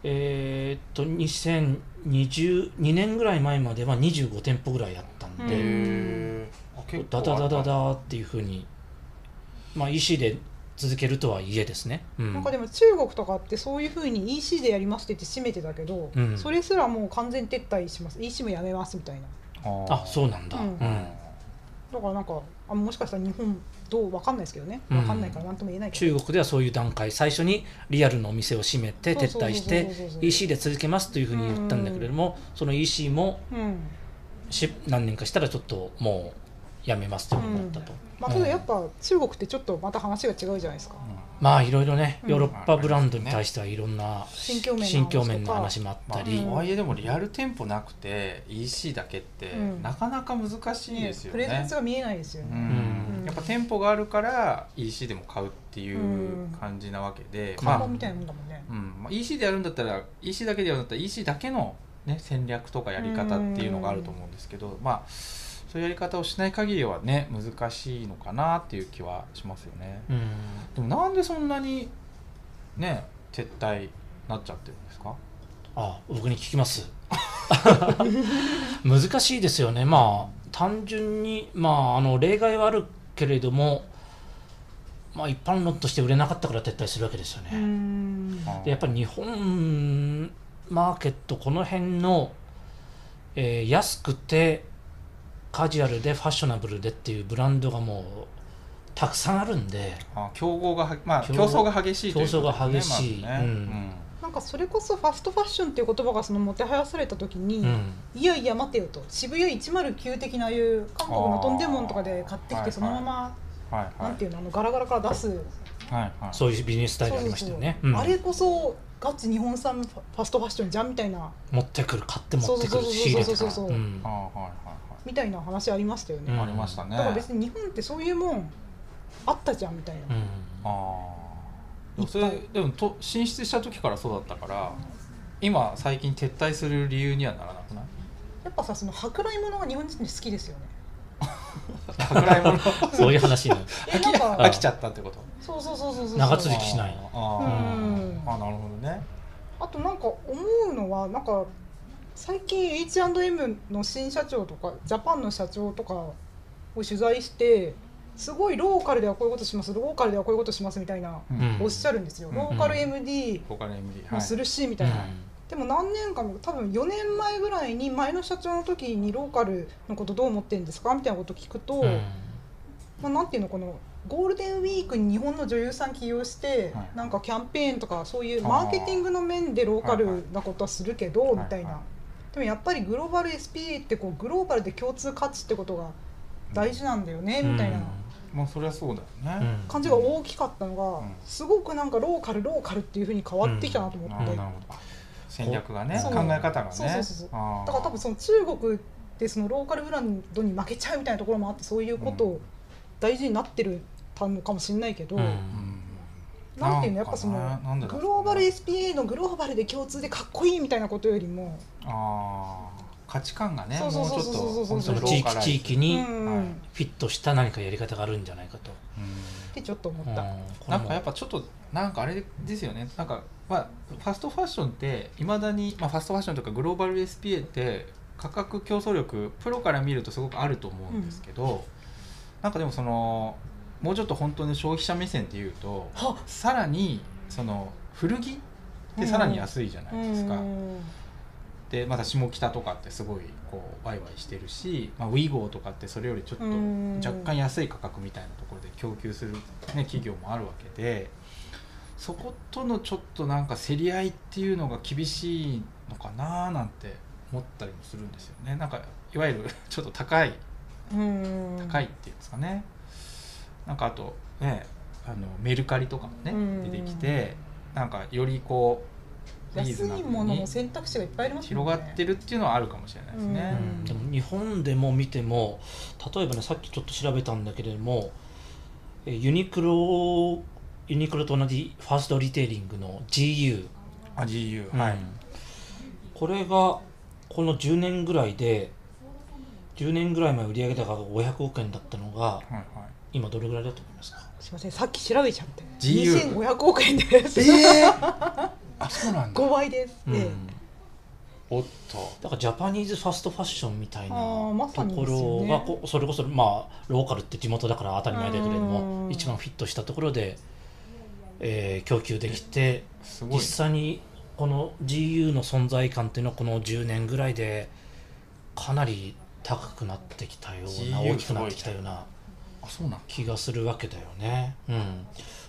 Speaker 1: えーっと2022年ぐらい前までは25店舗ぐらいあったん
Speaker 2: う
Speaker 1: で、
Speaker 3: へーあ結構
Speaker 1: ダ
Speaker 3: あっ
Speaker 1: ダ
Speaker 3: た
Speaker 1: ダダダっていうふうにまあ医師で続けるとはいえですね、うん
Speaker 2: なんかでも中国とかってそういうふうに EC でやりますって言って閉めてたけど、
Speaker 1: うん
Speaker 2: それすらもう完全撤退します EC もやめますみたいな
Speaker 3: あ
Speaker 1: あそううなんだ、
Speaker 2: うん
Speaker 1: うん
Speaker 2: だからなんかあもしかしたら日本どうわかんないですけどね
Speaker 1: うん
Speaker 2: わかんないから何とも言えないけど、
Speaker 1: 中国ではそういう段階最初にリアルのお店を閉めて撤退し
Speaker 2: そうそうそう
Speaker 1: て
Speaker 2: そうそう
Speaker 1: EC で続けますというふうに言ったんだけれどもその EC も
Speaker 2: うん
Speaker 1: し何年かしたらちょっともうやめますということになったと、
Speaker 2: まあ、ただやっぱ中国ってちょっとまた話が違うじゃないですか、
Speaker 1: まあいろいろね
Speaker 2: うん
Speaker 1: ヨーロッパブランドに対してはいろんな
Speaker 2: 新境面の話とか
Speaker 1: 新境面の話もあっ
Speaker 3: ま
Speaker 1: た
Speaker 3: あ、
Speaker 1: り、
Speaker 2: うん
Speaker 3: とはいえでもリアル店舗なくて EC だけって
Speaker 2: うん
Speaker 3: なかなか難しいですよ
Speaker 2: プレゼン
Speaker 3: ね
Speaker 2: ス。が見えないですよ
Speaker 3: う
Speaker 2: ね、
Speaker 3: ん
Speaker 2: うん
Speaker 3: やっぱ店舗があるから EC でも買うっていううん感じなわけ
Speaker 1: う
Speaker 3: で、
Speaker 1: ん
Speaker 2: 看
Speaker 3: ま
Speaker 2: 板
Speaker 3: あ
Speaker 2: みたいなもんだもんね、
Speaker 3: うんまあ、EC でやるんだったら EC だけでやるんだったら EC だけの、ね、戦略とかやり方っていうのがあると思うんですけど、まあそういうやり方をしない限りはね難しいのかなっていう気はしますよね。
Speaker 1: うん
Speaker 3: でもなんでそんなにね撤退なっちゃってるんですか
Speaker 1: あ僕に聞きます 難しいですよねまあ単純にまああの例外はあるけれどもまあ一般論として売れなかったから撤退するわけですよね、
Speaker 2: うん
Speaker 1: でやっぱり日本マーケットこの辺の、えー安くてカジュアルでファッショナブルでっていうブランドがもうたくさんあるんで
Speaker 3: あ競合がはまあ
Speaker 1: 競
Speaker 3: 競
Speaker 1: 合
Speaker 3: 争が激しいということですね
Speaker 1: 競争が激しい
Speaker 3: まずね
Speaker 1: うん
Speaker 2: なんかそれこそファストファッションっていう言葉がそのもてはやされた時に、
Speaker 1: うん
Speaker 2: いやいや待てよと渋谷109的なああいう韓国のトンデモンとかで買ってき
Speaker 3: あ
Speaker 2: て
Speaker 3: ー
Speaker 2: そのまま、
Speaker 3: はいは
Speaker 2: なんていうのあのガラガラから出す
Speaker 3: いはいはい
Speaker 1: そういうビジネススタイルありましたよね
Speaker 2: そうそうそう
Speaker 1: うん
Speaker 2: あれこそガチ日本産ファストファッションじゃんみたいな
Speaker 1: 持ってくる買って持ってくる
Speaker 2: そうそうそうそう
Speaker 1: 仕入れてく
Speaker 2: そう
Speaker 1: る
Speaker 2: そうそう
Speaker 1: うん
Speaker 3: あーはいはい
Speaker 2: みたいな話ありましたよね、
Speaker 1: うん
Speaker 3: はいありましたね
Speaker 2: だから別に日本ってそういうもんあったじゃんみたいな、
Speaker 1: うん
Speaker 3: あーでもそ
Speaker 2: い
Speaker 3: れ
Speaker 2: っぱい
Speaker 3: でもと 進出した時からそうだったから今最近撤退する理由にはならなくない
Speaker 2: やっぱさその舶来物が日本人って好きですよね
Speaker 3: 舶来物
Speaker 1: そういう話になる
Speaker 2: えなん
Speaker 1: あ
Speaker 2: か
Speaker 3: 飽きちゃったってこと
Speaker 2: そうそうそうそうそう
Speaker 1: 長続きしない
Speaker 3: あー
Speaker 2: うん
Speaker 3: あーあーなるほどね
Speaker 2: あとなんか思うのはなんか最近 H&M の新社長とかジャパンの社長とかを取材してすごいローカルではこういうことしますローカルではこういうことしますみたいな
Speaker 1: うん
Speaker 2: おっしゃるんですよ、
Speaker 3: うん
Speaker 2: ローカル MD
Speaker 3: ボカル MD は
Speaker 2: も
Speaker 3: い
Speaker 2: するしみ
Speaker 1: う
Speaker 2: たいな、
Speaker 1: ん
Speaker 2: でも何年かも多分4年前ぐらいに前の社長の時にローカルのことどう思ってるんですかみたいなこと聞くと、
Speaker 1: うん
Speaker 2: まあ、なんていうのこのゴールデンウィークに日本の女優さん起用して、
Speaker 3: はい
Speaker 2: なんかキャンペーンとかそういう
Speaker 3: あー
Speaker 2: マーケティングの面でローカルなことはするけど、
Speaker 3: いはい
Speaker 2: みたいな、
Speaker 3: はいは
Speaker 2: でもやっぱりグローバル SPA ってこうグローバルで共通価値ってことが大事なんだよね、みたいな
Speaker 3: まあそりゃそうだよ
Speaker 1: う
Speaker 3: ね、
Speaker 1: ん
Speaker 2: 感じが大きかったのが、
Speaker 3: うん
Speaker 2: すごくなんかローカルローカルっていうふうに変わってきたなと思
Speaker 3: な
Speaker 2: って、
Speaker 3: るほど
Speaker 2: だ
Speaker 3: な
Speaker 2: か
Speaker 3: るほど戦略がね
Speaker 2: そ
Speaker 3: 考
Speaker 2: う
Speaker 3: え方がね
Speaker 2: そうそうそうそう
Speaker 3: あー
Speaker 2: ら多分その中国でそのローカルブランドに負けちゃうみたいなところもあってそういうことを大事になってるたのかもしれないけど。
Speaker 1: うん
Speaker 3: うん
Speaker 2: なんていうのやっぱその
Speaker 3: なんかななんでだろう
Speaker 2: グローバル SPA のグローバルで共通でかっこいいみたいなことよりも、
Speaker 3: あー価値観がね
Speaker 2: そうそうそうそう
Speaker 3: もうちょ
Speaker 1: そ
Speaker 2: そう
Speaker 3: っと
Speaker 1: の
Speaker 2: そう
Speaker 1: 地域地域に
Speaker 2: うん
Speaker 3: はい
Speaker 1: フィットした何かやり方があるんじゃないかと、
Speaker 2: ってちょっと思
Speaker 1: う
Speaker 2: っ
Speaker 1: ん
Speaker 2: た、
Speaker 1: これ
Speaker 3: な
Speaker 1: も
Speaker 3: んかやっぱちょっとなんかあれですよねなんか、まあ、ファストファッションっていまだに、まあ、ファストファッションとかグローバル SPA って価格競争力プロから見るとすごくあると思うんですけど、なんかでもそのもうちょっと本当に消費者目線で言うと
Speaker 2: は
Speaker 3: さらにその古着ってさらに安いじゃないですか。
Speaker 2: うん
Speaker 3: でまた下北とかってすごいこうワイワイしてるし、まあ、ウィゴーとかってそれよりちょっと
Speaker 2: うん
Speaker 3: 若干安い価格みたいなところで供給する、ね、企業もあるわけでそことのちょっとなんか競り合いっていうのが厳しいのかななんて思ったりもするんですよねなんかいわゆる ちょっと高い
Speaker 2: うん
Speaker 3: 高いっていうんですかね、なんかあとねあのメルカリとかもね、
Speaker 2: うん
Speaker 3: 出てきてなんかよりこうリーズ
Speaker 2: 安
Speaker 3: ナブ
Speaker 2: い
Speaker 3: ル
Speaker 2: もの
Speaker 3: に
Speaker 2: も選択肢がいっぱいありますもん
Speaker 3: 広
Speaker 2: ね
Speaker 3: がってるっていうのはあるかもしれないですね。
Speaker 1: うんでも日本でも見ても例えばねさっきちょっと調べたんだけれどもえユニクロユニクロと同じファーストリテイリングの GU、
Speaker 3: あ GU
Speaker 1: うんこれがこの10年ぐらいで10年ぐらい前売上高が500億円だったのが
Speaker 3: はいはい。
Speaker 1: 今どれぐらいだと思いますか
Speaker 2: すいませんさっき調べちゃって、
Speaker 3: GU
Speaker 2: 2500億円です、
Speaker 3: え あそうなんだ。
Speaker 2: 5倍です、
Speaker 1: うん
Speaker 2: で
Speaker 3: おっと。
Speaker 1: だからジャパニーズファストファッションみたいな
Speaker 2: あーまさ
Speaker 1: と
Speaker 2: に
Speaker 1: ころがこそれこそまあローカルって地元だから当たり前だけれど
Speaker 2: う
Speaker 1: も
Speaker 2: ん
Speaker 1: 一番フィットしたところで、えー供給できて
Speaker 3: すごい
Speaker 1: 実。際にこの GU の存在感っていうのはこの10年ぐらいでかなり高くなってきたような
Speaker 3: GU
Speaker 1: 大きくなってきたような
Speaker 3: あそうなんだ。
Speaker 1: 気がするわけだよね。うん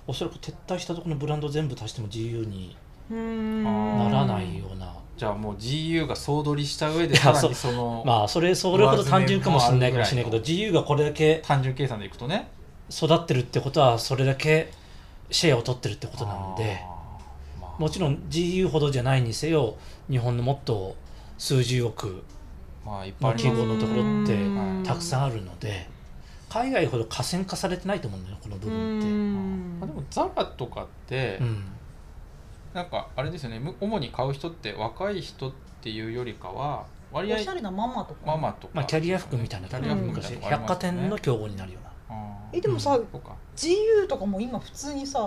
Speaker 1: おそらく撤退したところのブランド全部足しても GU に
Speaker 2: うん
Speaker 1: な
Speaker 3: な
Speaker 1: らないような、
Speaker 3: じゃあもう GU が総取りした上で
Speaker 1: いや
Speaker 3: さら
Speaker 1: そう
Speaker 3: にその
Speaker 1: まあそれそれほど単純かもしれないかもしれないけど
Speaker 3: まあ
Speaker 1: GU がこれだけ
Speaker 3: 単純計算でいくとね。
Speaker 1: 育ってるってことはそれだけシェアを取ってるってことなんで
Speaker 3: あー。まあ
Speaker 1: もちろん GU ほどじゃないにせよ日本のもっと数十億
Speaker 3: まあいっぱ
Speaker 1: の
Speaker 3: いあり
Speaker 1: 規
Speaker 3: ます
Speaker 1: 模のところって
Speaker 2: うん
Speaker 1: たくさんあるので海外ほど河川化されてないと思うんだよねこの部分って。
Speaker 2: うん
Speaker 3: まあでもザラとかって、
Speaker 1: うん
Speaker 3: なんかあれですよね。む主に買う人って若い人っていうよりかは割
Speaker 2: お
Speaker 3: 合
Speaker 2: しゃれなママとか、
Speaker 3: ママとか、
Speaker 1: まあ、キャリア服みたいな
Speaker 3: キャ
Speaker 1: と
Speaker 3: リ
Speaker 1: こ
Speaker 3: ア
Speaker 1: ろ
Speaker 3: 服みたい
Speaker 1: 昔
Speaker 3: なとこあり
Speaker 1: 百
Speaker 3: ます
Speaker 1: 貨
Speaker 3: よね
Speaker 1: 店の競合になるような
Speaker 3: あー
Speaker 2: えでもさ、
Speaker 3: そうか。は
Speaker 2: GU とかも今普通にさ
Speaker 3: い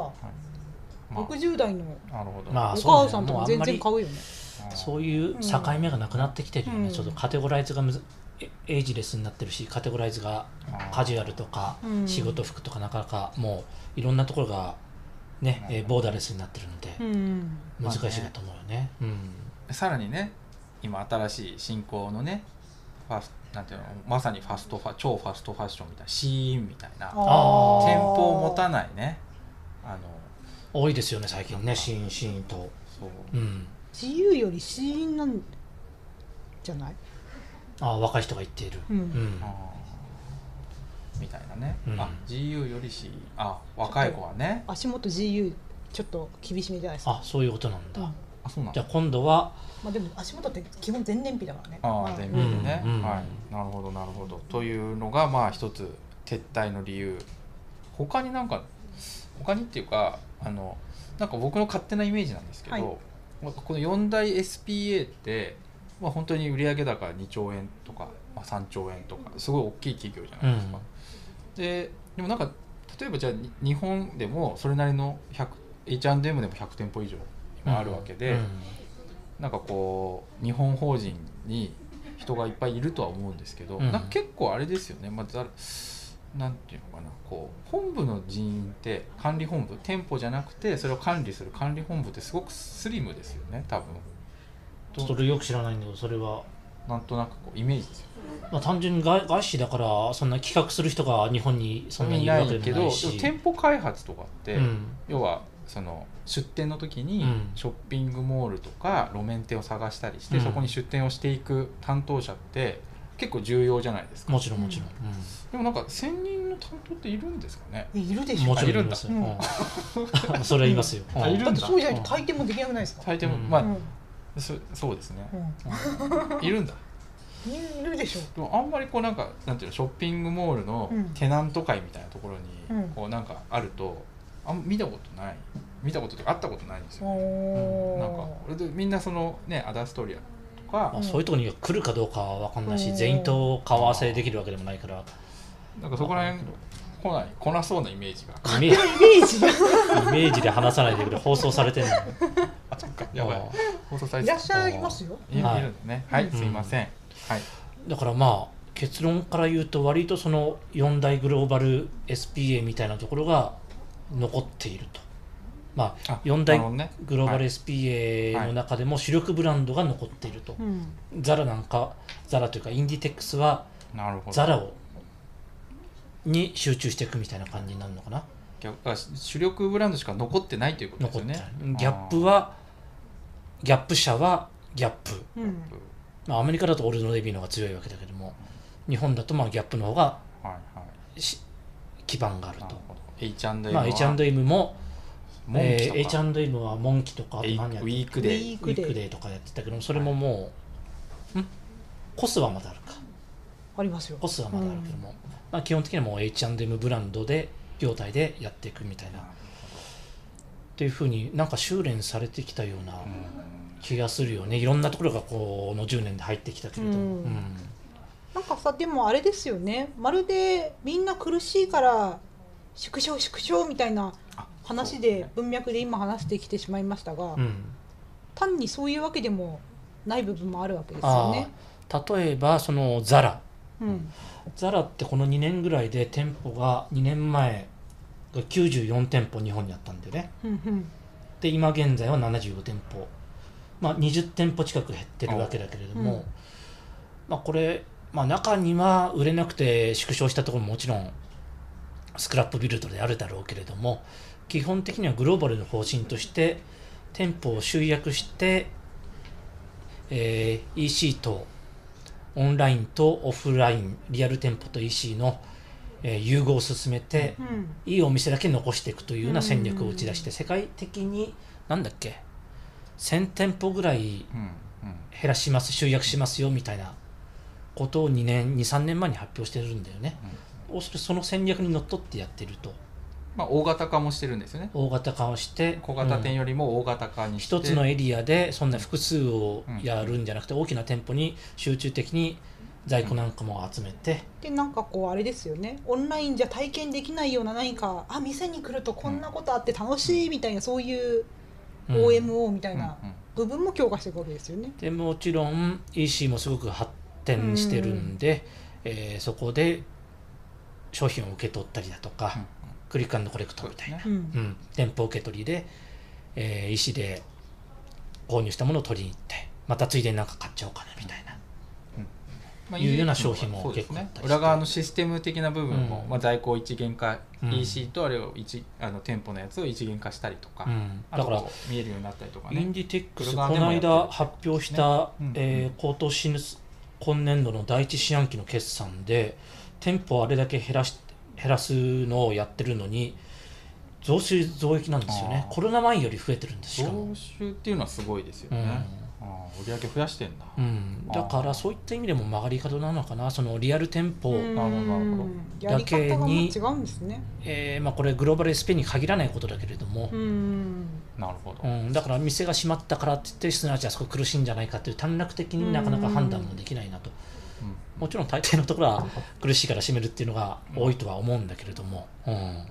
Speaker 3: まあ
Speaker 2: 60代の
Speaker 3: なるほど。
Speaker 1: まあ
Speaker 2: お
Speaker 1: そう
Speaker 2: 母
Speaker 1: だ
Speaker 2: さ
Speaker 1: よ
Speaker 2: ん
Speaker 1: ね
Speaker 2: と
Speaker 1: もう
Speaker 2: か
Speaker 1: あん
Speaker 2: 全
Speaker 1: ま
Speaker 2: 然
Speaker 1: り
Speaker 2: 買うよね
Speaker 3: あー
Speaker 1: そういう境目がなくなってきてるよね、
Speaker 2: うん
Speaker 1: ちょっとカテゴライズがむずエエイジレスになってるしカテゴライズがカジュアルとか
Speaker 2: うん
Speaker 1: 仕事服とかなかなかもういろんなところがね、えーボーダーレスになってるので
Speaker 2: うん
Speaker 1: 難しいかと思うよね。うん
Speaker 3: さらにね今新しい新興のねファスなんていうのまさにファストファ超ファストファッションみたいなシーンみたいな
Speaker 1: あー
Speaker 3: 店舗を持たないねあの
Speaker 1: 多いですよね最近ねシーンシーンと。
Speaker 3: そう
Speaker 1: うん、
Speaker 2: 自由より死因なんじゃない
Speaker 1: ああ若い人が言っている。
Speaker 2: うん
Speaker 1: うん
Speaker 3: あーみたいなね、
Speaker 1: うん
Speaker 3: あ GU よりしあ若い子はね
Speaker 2: 足元 GU ちょっと厳しめじゃないですか
Speaker 1: あそういうことなん
Speaker 2: うん
Speaker 1: だ。
Speaker 3: あそうなん
Speaker 1: じゃ
Speaker 3: だ
Speaker 1: あ今度は
Speaker 2: まあでも足元って基本前燃費だからね
Speaker 3: ああ全米でね、
Speaker 1: うんうん
Speaker 3: はいなるほどなるほどというのがまあ一つ撤退の理由他になんか他にっていうかあのなんか僕の勝手なイメージなんですけど、
Speaker 2: はい
Speaker 3: まあこの4大 SPA ってまあ、本当に売上高2兆円とか、まあ、3兆円とかすごい大きい企業じゃないですか。ででもなんか例えばじゃあに日本でもそれなりの 100- H&M でも100店舗以上今あるわけで、
Speaker 1: うん
Speaker 3: なんかこう日本法人に人がいっぱいいるとは思うんですけど、
Speaker 1: うん
Speaker 3: なんか結構あれですよね、まあ、ざなんていうのかなこう本部の人員って管理本部店舗じゃなくてそれを管理する管理本部ってすごくスリムですよね多分
Speaker 1: ちょっと俺よく知らないんだけどそれは、
Speaker 3: なんとなくこうイメージですよ
Speaker 1: まあ、単純に外外資だからそんな企画する人が日本にそんなにい
Speaker 3: い
Speaker 1: る
Speaker 3: な
Speaker 1: わ
Speaker 3: い
Speaker 1: け
Speaker 3: け
Speaker 1: でも
Speaker 3: ど
Speaker 1: ない
Speaker 3: でも
Speaker 1: し
Speaker 3: 店舗開発とかって、
Speaker 1: うん
Speaker 3: 要はその出店の時に
Speaker 1: うん
Speaker 3: ショッピングモールとか路面店を探したりして、
Speaker 1: うん
Speaker 3: そこに出店をしていく担当者って結構重要じゃないですか
Speaker 1: もちろんもちろん、
Speaker 3: でもなんか専任の担当っているんですかね。
Speaker 2: えいるで
Speaker 1: うん
Speaker 2: し
Speaker 1: も
Speaker 2: ょ
Speaker 1: ちろん
Speaker 3: あいる
Speaker 1: い
Speaker 3: ん
Speaker 1: ま
Speaker 3: だ
Speaker 1: すよ、うん それはいますよ、
Speaker 3: あいるん
Speaker 2: だってそうじゃないと回転もできなくないですか、
Speaker 3: 大抵も、
Speaker 1: うん
Speaker 3: まあ、
Speaker 2: うん
Speaker 3: そそうですね。
Speaker 2: う
Speaker 3: いるんだ。
Speaker 2: ん、いるでしょ
Speaker 3: でもあんまりこうなんかなんていうのショッピングモールの
Speaker 2: うん
Speaker 3: テナント会みたいなところに
Speaker 2: うん
Speaker 3: こうなんかあると、あん見たことない見たこととかあったことないんですよ。
Speaker 2: お
Speaker 3: なんかこれでみんなそのねアダストリアとか、
Speaker 1: まあ、そういうところに来るかどうかは分かんないし、
Speaker 2: うん
Speaker 1: 全員と顔合わせできるわけでもないから
Speaker 3: なんかそこら辺来ない来なそうなイメージが。
Speaker 1: イメ
Speaker 2: イメージ
Speaker 1: イメージで話さないでくれ放送されてるの
Speaker 3: あそっかやばい
Speaker 1: あ
Speaker 3: 放送され
Speaker 2: い
Speaker 3: て
Speaker 2: ら
Speaker 3: た
Speaker 2: っしゃいますよ
Speaker 3: い
Speaker 1: はい
Speaker 3: いるんですね。はい
Speaker 2: うん
Speaker 3: すいません。はい。
Speaker 1: だからまあ結論から言うと割とその4大グローバル SPA みたいなところが残っているとまあ
Speaker 3: あ
Speaker 1: 四大
Speaker 3: なるほどね
Speaker 1: グローバル
Speaker 3: はい
Speaker 1: SPA の中でも主力ブランドが残っていると、
Speaker 2: うん
Speaker 1: ザラなんかザラというかインディテックスは
Speaker 3: なるほど。
Speaker 1: ザラをに集中していくみたいな感じになるのかな
Speaker 3: 逆あ主力ブランドしか残ってないということです
Speaker 1: 残っ
Speaker 3: よ
Speaker 1: てない
Speaker 3: ね。
Speaker 1: ギャップはギャップ社はギャップ
Speaker 2: うん
Speaker 3: あー。
Speaker 1: まあ、アメリカだとオルノレビーの方が強いわけだけども日本だとまあギャップの方が
Speaker 3: はいはい。
Speaker 1: し基盤がある
Speaker 3: なる
Speaker 1: と、
Speaker 3: ほど。H&M は、
Speaker 1: まあ、H&M も、
Speaker 3: モンキ
Speaker 1: え
Speaker 3: と
Speaker 1: ー、
Speaker 3: か、
Speaker 1: H&M はモンキとかあと
Speaker 3: エイウ
Speaker 1: 何やったウィ
Speaker 3: ィークデ
Speaker 2: ウィ
Speaker 3: イ
Speaker 2: ークデイ
Speaker 1: ークデイとかやってたけどもそれももう、んコスはまだあるか
Speaker 2: ありますよ
Speaker 1: コスはまだあるけども、まあ、基本的にはもう H&M ブランドで業態でやっていくみたいなっていうふうになんか修練されてきたような気がするよねいろんなところがこの10年で入ってきたけれども、
Speaker 2: うんなんかさでもあれですよねまるでみんな苦しいから縮小縮小みたいな話で文脈で今話してきてしまいましたが、
Speaker 1: うんうん
Speaker 2: 単にそういうわけでもない部分もあるわけですよ
Speaker 1: あ
Speaker 2: ね。
Speaker 1: ー例えばそのザラ
Speaker 2: うん
Speaker 1: ザラってこの2年ぐらいで店舗が2年前が94店舗日本にあったんだよね
Speaker 2: うんうん
Speaker 1: で今現在は75店舗まあ20店舗近く減ってるわけだけれども、
Speaker 2: うん
Speaker 1: まあこれ、まあ、中には売れなくて縮小したところももちろんスクラップビルドであるだろうけれども基本的にはグローバルの方針として店舗を集約して、えー EC とオンラインとオフラインリアル店舗と EC の、えー融合を進めて、
Speaker 2: うん
Speaker 1: いいお店だけ残していくというような戦略を打ち出して世界的になんだっけ1000店舗ぐらい
Speaker 3: うんうん
Speaker 1: 減らします集約しますよみたいなことを2年23年前に発表してるんだよね
Speaker 3: うん
Speaker 1: おそれその戦略にのっとってやってると
Speaker 3: まあ、大型化もしてるんですよね。
Speaker 1: 大型化をして
Speaker 3: 小型店
Speaker 1: うん
Speaker 3: よりも大型化にして、
Speaker 1: 一つのエリアでそんな複数をやるんじゃなくて大きな店舗に集中的に在庫なんかも集めて
Speaker 2: でなんかこうあれですよねオンラインじゃ体験できないような何かあ店に来るとこんなことあって楽しいみたいなそういう
Speaker 1: うん
Speaker 2: OMO みた
Speaker 3: う
Speaker 2: い
Speaker 3: んう
Speaker 2: なん部分も強化していくわけですよね。
Speaker 1: でもちろん EC もすごく発展してるんで、えーそこで商品を受け取ったりだとか、
Speaker 3: うん
Speaker 1: クリックコレクトみたいな、
Speaker 3: そううん
Speaker 1: うん、店舗受け取りで、えー EC で購入したものを取りに行ってまたついでになんか買っちゃおうかなみたいな、
Speaker 3: ま
Speaker 1: いうような商品も
Speaker 3: そうです
Speaker 1: 結構あっ
Speaker 3: ね
Speaker 1: たりして
Speaker 3: 裏側のシステム的な部分も、
Speaker 1: うん
Speaker 3: まあ、在庫を一元化、
Speaker 1: うん
Speaker 3: EC とあれを一あの店舗のやつを一元化したりとか、
Speaker 1: うん、
Speaker 3: あ
Speaker 1: だ
Speaker 3: と
Speaker 1: から
Speaker 3: こう見えるようになったりとか
Speaker 1: イン
Speaker 3: ね。
Speaker 1: ディテックスこ
Speaker 3: 車でも
Speaker 1: の
Speaker 3: やってる
Speaker 1: 間発表した、
Speaker 3: ねうん
Speaker 1: えー今年の今年度の第一四半期の決算で店舗をあれだけ減らし減らすのをやってるのに増収増益なんですよね
Speaker 3: あー
Speaker 1: コロナ前より増えてるんですしかも
Speaker 3: 増収っていうのはすごいですよ
Speaker 1: うん
Speaker 3: ね。あー売り上げ増やしてんだ、
Speaker 1: うん、だからそういった意味でも曲がり角なのかなそのリアル店舗、
Speaker 2: うん
Speaker 3: なるほどなるほど
Speaker 2: やり方がもう違うんですね。
Speaker 1: えーまあ、これグローバル SP に限らないことだけれども
Speaker 2: う、ん
Speaker 3: なるほど、
Speaker 1: うんだから店が閉まったからって言ってすなわちあそこ苦しいんじゃないかっていう短絡的になかなか判断もできないなと、
Speaker 3: うん
Speaker 1: もちろん大抵のところは苦しいから閉めるっていうのが多いとは思うんだけれども、うん、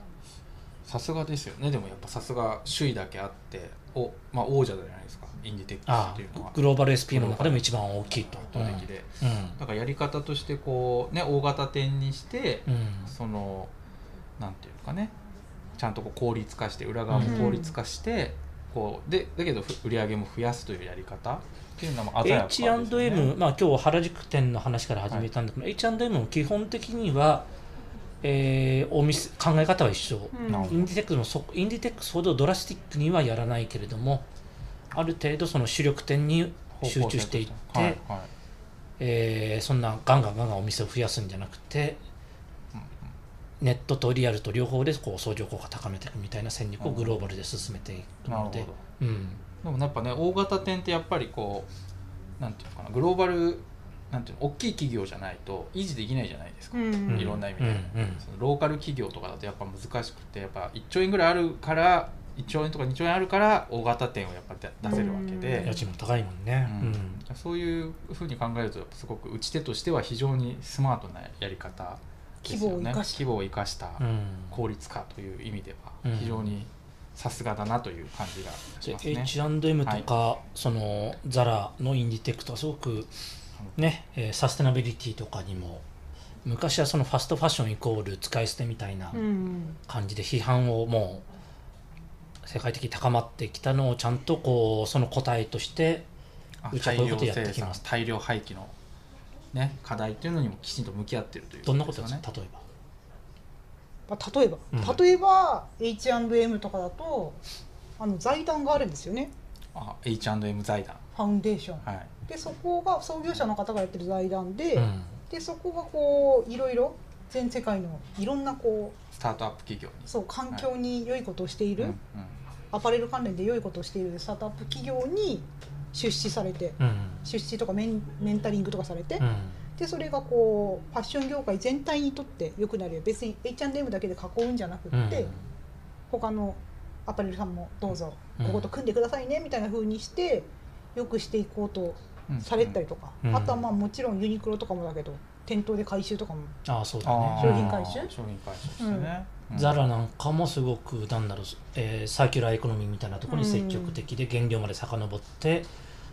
Speaker 3: さすがですよねでもやっぱさすが首位だけあってお、まあ、王者じゃないですかインディテックスっ
Speaker 1: あ
Speaker 3: ていうのは
Speaker 1: あグローバル SP の中でも一番大きいと。う
Speaker 3: 圧
Speaker 1: ん
Speaker 3: 倒的で、
Speaker 1: うん
Speaker 3: だからやり方としてこうね大型店にして、
Speaker 1: うん
Speaker 3: そのなんていうのかねちゃんとこう効率化して裏側も効率化して、こうでだけどふ売り上げも増やすというやり方っていうのも鮮やかですよね
Speaker 1: H&M、まあ、今日原宿店の話から始めたんだけど、H&M も基本的には、えーお店考え方は一緒、
Speaker 2: うん
Speaker 3: なるほ
Speaker 1: インディテックスもそインディテックスほどドラスティックにはやらないけれどもある程度その主力店に集中していって、
Speaker 3: はいはい
Speaker 1: えーそんなガンガンガンガンお店を増やすんじゃなくて
Speaker 3: うんうん
Speaker 1: ネットとリアルと両方でこう相乗効果を高めていくみたいな戦略をグローバルで進めていく
Speaker 3: な
Speaker 1: の
Speaker 3: るほど
Speaker 1: で、うん、
Speaker 3: でもやっぱね大型店ってやっぱりこうなんていうのかなグローバルなんていうの大きい企業じゃないと維持できないじゃないですか、
Speaker 2: うん
Speaker 3: いろんな意味で、
Speaker 1: うんうん
Speaker 3: そのローカル企業とかだとやっぱ難しくてやっぱ1兆円ぐらいあるから1兆円とか2兆円あるから大型店をやっぱ出出せるわけ
Speaker 2: うん
Speaker 1: 家
Speaker 3: で、
Speaker 1: 賃も高いもんね。
Speaker 3: うん
Speaker 1: うん
Speaker 3: そういうふうに考えるとやっぱすごく打ち手としては非常にスマートなやり方ですよ
Speaker 2: 規
Speaker 3: ね
Speaker 2: 模を生かした
Speaker 3: 規模を生かした
Speaker 1: うん
Speaker 3: 効率化という意味で
Speaker 1: うん
Speaker 3: は非常にさすがだなという感じがし
Speaker 1: で
Speaker 3: ますね。
Speaker 1: H&M とか、そのザラのインディテックとかすごくね、えーサステナビリティとかにも昔はそのファストファッションイコール使い捨てみたいな
Speaker 2: うん
Speaker 1: 感じで批判をもう世界的に高まってきたのをちゃんとこうその答えとして
Speaker 3: あ
Speaker 1: うちは
Speaker 3: 大
Speaker 1: こういう
Speaker 3: 量
Speaker 1: ことやって
Speaker 3: 生
Speaker 1: き
Speaker 3: 産
Speaker 1: ます
Speaker 3: 大量廃棄の、ね、課題というのにもきちんと向き合ってるという
Speaker 1: どんなことで
Speaker 3: ですす
Speaker 1: か
Speaker 3: よ
Speaker 1: 例
Speaker 3: ね。
Speaker 1: えば。
Speaker 2: まあ、例えば、
Speaker 1: うん
Speaker 2: 例えば H&M とかだとあの財団があるんですよね
Speaker 3: あ H&M 財団、
Speaker 2: ファウンデーション
Speaker 3: はい、
Speaker 2: でそこが創業者の方がやってる財団で、
Speaker 1: うん
Speaker 2: でそこがこういろいろ全世界のいろんなこう
Speaker 3: スタートアップ企業に。
Speaker 2: そう環境に良いことをしている、
Speaker 3: うんうん
Speaker 2: アパレル関連で良いことをしているスタートアップ企業に出資されて
Speaker 1: うん
Speaker 2: 出資とかメンメンタリングとかされて、
Speaker 1: うん
Speaker 2: でそれがこうファッション業界全体にとって良くなるよ別に H&M だけで囲うんじゃなくって、
Speaker 1: うん
Speaker 2: 他のアパレルさんもどうぞ
Speaker 1: うん
Speaker 2: ここと組んでくださいねみたいな風にして良くしていこうと
Speaker 3: うん
Speaker 2: されたりとか、
Speaker 1: うん
Speaker 2: あとはまあもちろんユニクロとかもだけど店頭で回収とかも
Speaker 1: ああそうだ
Speaker 3: あ
Speaker 1: ね
Speaker 3: ー
Speaker 2: 商品回収
Speaker 3: 商品回収ですね、うん
Speaker 1: ザラなんかもすごくなんだろう、えーサーキュラーエコノミーみたいなところに積極的で原料まで遡って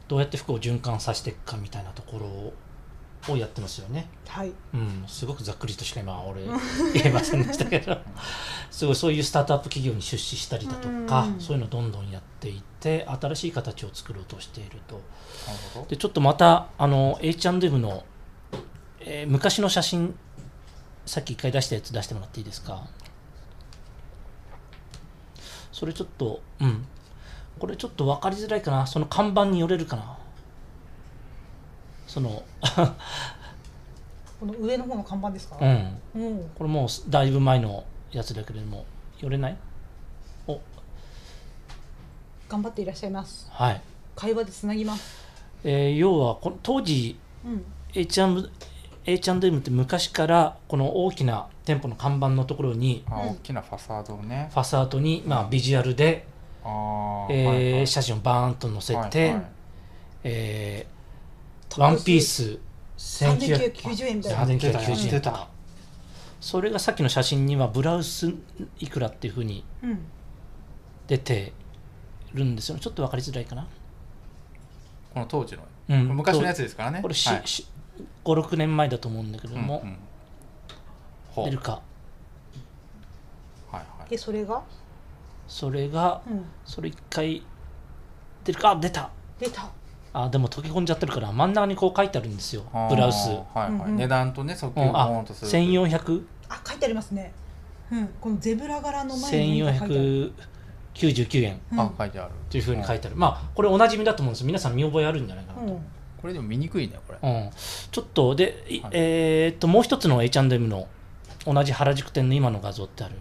Speaker 1: どうやって服を循環させていくかみたいなところををやってますよね、
Speaker 2: はい
Speaker 1: うん、すごくざっくりとしか今俺言えませんでしたけど すごいそういうスタートアップ企業に出資したりだとか
Speaker 2: うん
Speaker 1: そういうのをどんどんやっていって新しい形を作ろうとしていると
Speaker 3: なるほど
Speaker 1: でちょっとまたあの H&M の、えー昔の写真さっき一回出したやつ出してもらっていいですかそれちょっとうんこれちょっと分かりづらいかなその看板によれるかなその
Speaker 2: この上の方の看板ですか
Speaker 1: う、ん
Speaker 2: うん
Speaker 1: これもうだいぶ前のやつだけれどもよれないお
Speaker 2: 頑張っていらっしゃいます
Speaker 1: はい、
Speaker 2: 会話でつなぎます、
Speaker 1: えー要はこの当時
Speaker 2: うん、
Speaker 1: H&M, H&M って昔からこの大きな店舗の看板のところに
Speaker 3: あ
Speaker 2: うん
Speaker 3: 大きなファサードをね
Speaker 1: ファサードに、まあ、ビジュアルで、
Speaker 3: あー
Speaker 1: えー
Speaker 3: はいはい
Speaker 1: 写真をバーンと載せて、
Speaker 3: はいはい
Speaker 1: えーワンピース
Speaker 2: 3990円みたいな
Speaker 3: やってた
Speaker 1: 3990
Speaker 3: や
Speaker 1: 円
Speaker 3: って
Speaker 1: と
Speaker 3: た
Speaker 1: かそれがさっきの写真にはブラウスいくらっていうふうに
Speaker 2: うん
Speaker 1: 出てるんですよちょっと分かりづらいかな、
Speaker 3: この当時の、
Speaker 1: うん
Speaker 3: 昔のやつですからね
Speaker 1: これ、し
Speaker 3: はい
Speaker 1: し56年前だと思うんだけども、
Speaker 3: うんうんほう
Speaker 1: 出るか
Speaker 3: はいはい
Speaker 2: でそれが、
Speaker 1: それが
Speaker 2: うん、
Speaker 1: それ一回出るかあ出た
Speaker 2: 出た
Speaker 1: あでも溶け込んじゃってるから真ん中にこう書いてあるんですよ
Speaker 3: あー
Speaker 1: ブラウス、
Speaker 3: はい
Speaker 2: うん
Speaker 3: は
Speaker 2: う
Speaker 3: い、
Speaker 2: ん
Speaker 3: 値段とね、即
Speaker 1: う
Speaker 3: 興を
Speaker 1: ん、
Speaker 3: ポー
Speaker 1: あ
Speaker 3: ンとするという。
Speaker 1: 1400
Speaker 2: あ書いてありますね、うん、このゼブラ柄の前に何か書いてある、
Speaker 1: 1499円
Speaker 2: うん、
Speaker 3: あ、書いてある。
Speaker 1: というふうに書いてある、まあこれおなじみだと思うんです皆さん見覚えあるんじゃないかなと、
Speaker 2: うん
Speaker 3: これでも見にくいね、これ。
Speaker 1: うんちょっとで、い
Speaker 3: はい
Speaker 1: えーっともう一つの H&M の同じ原宿店の今の画像ってある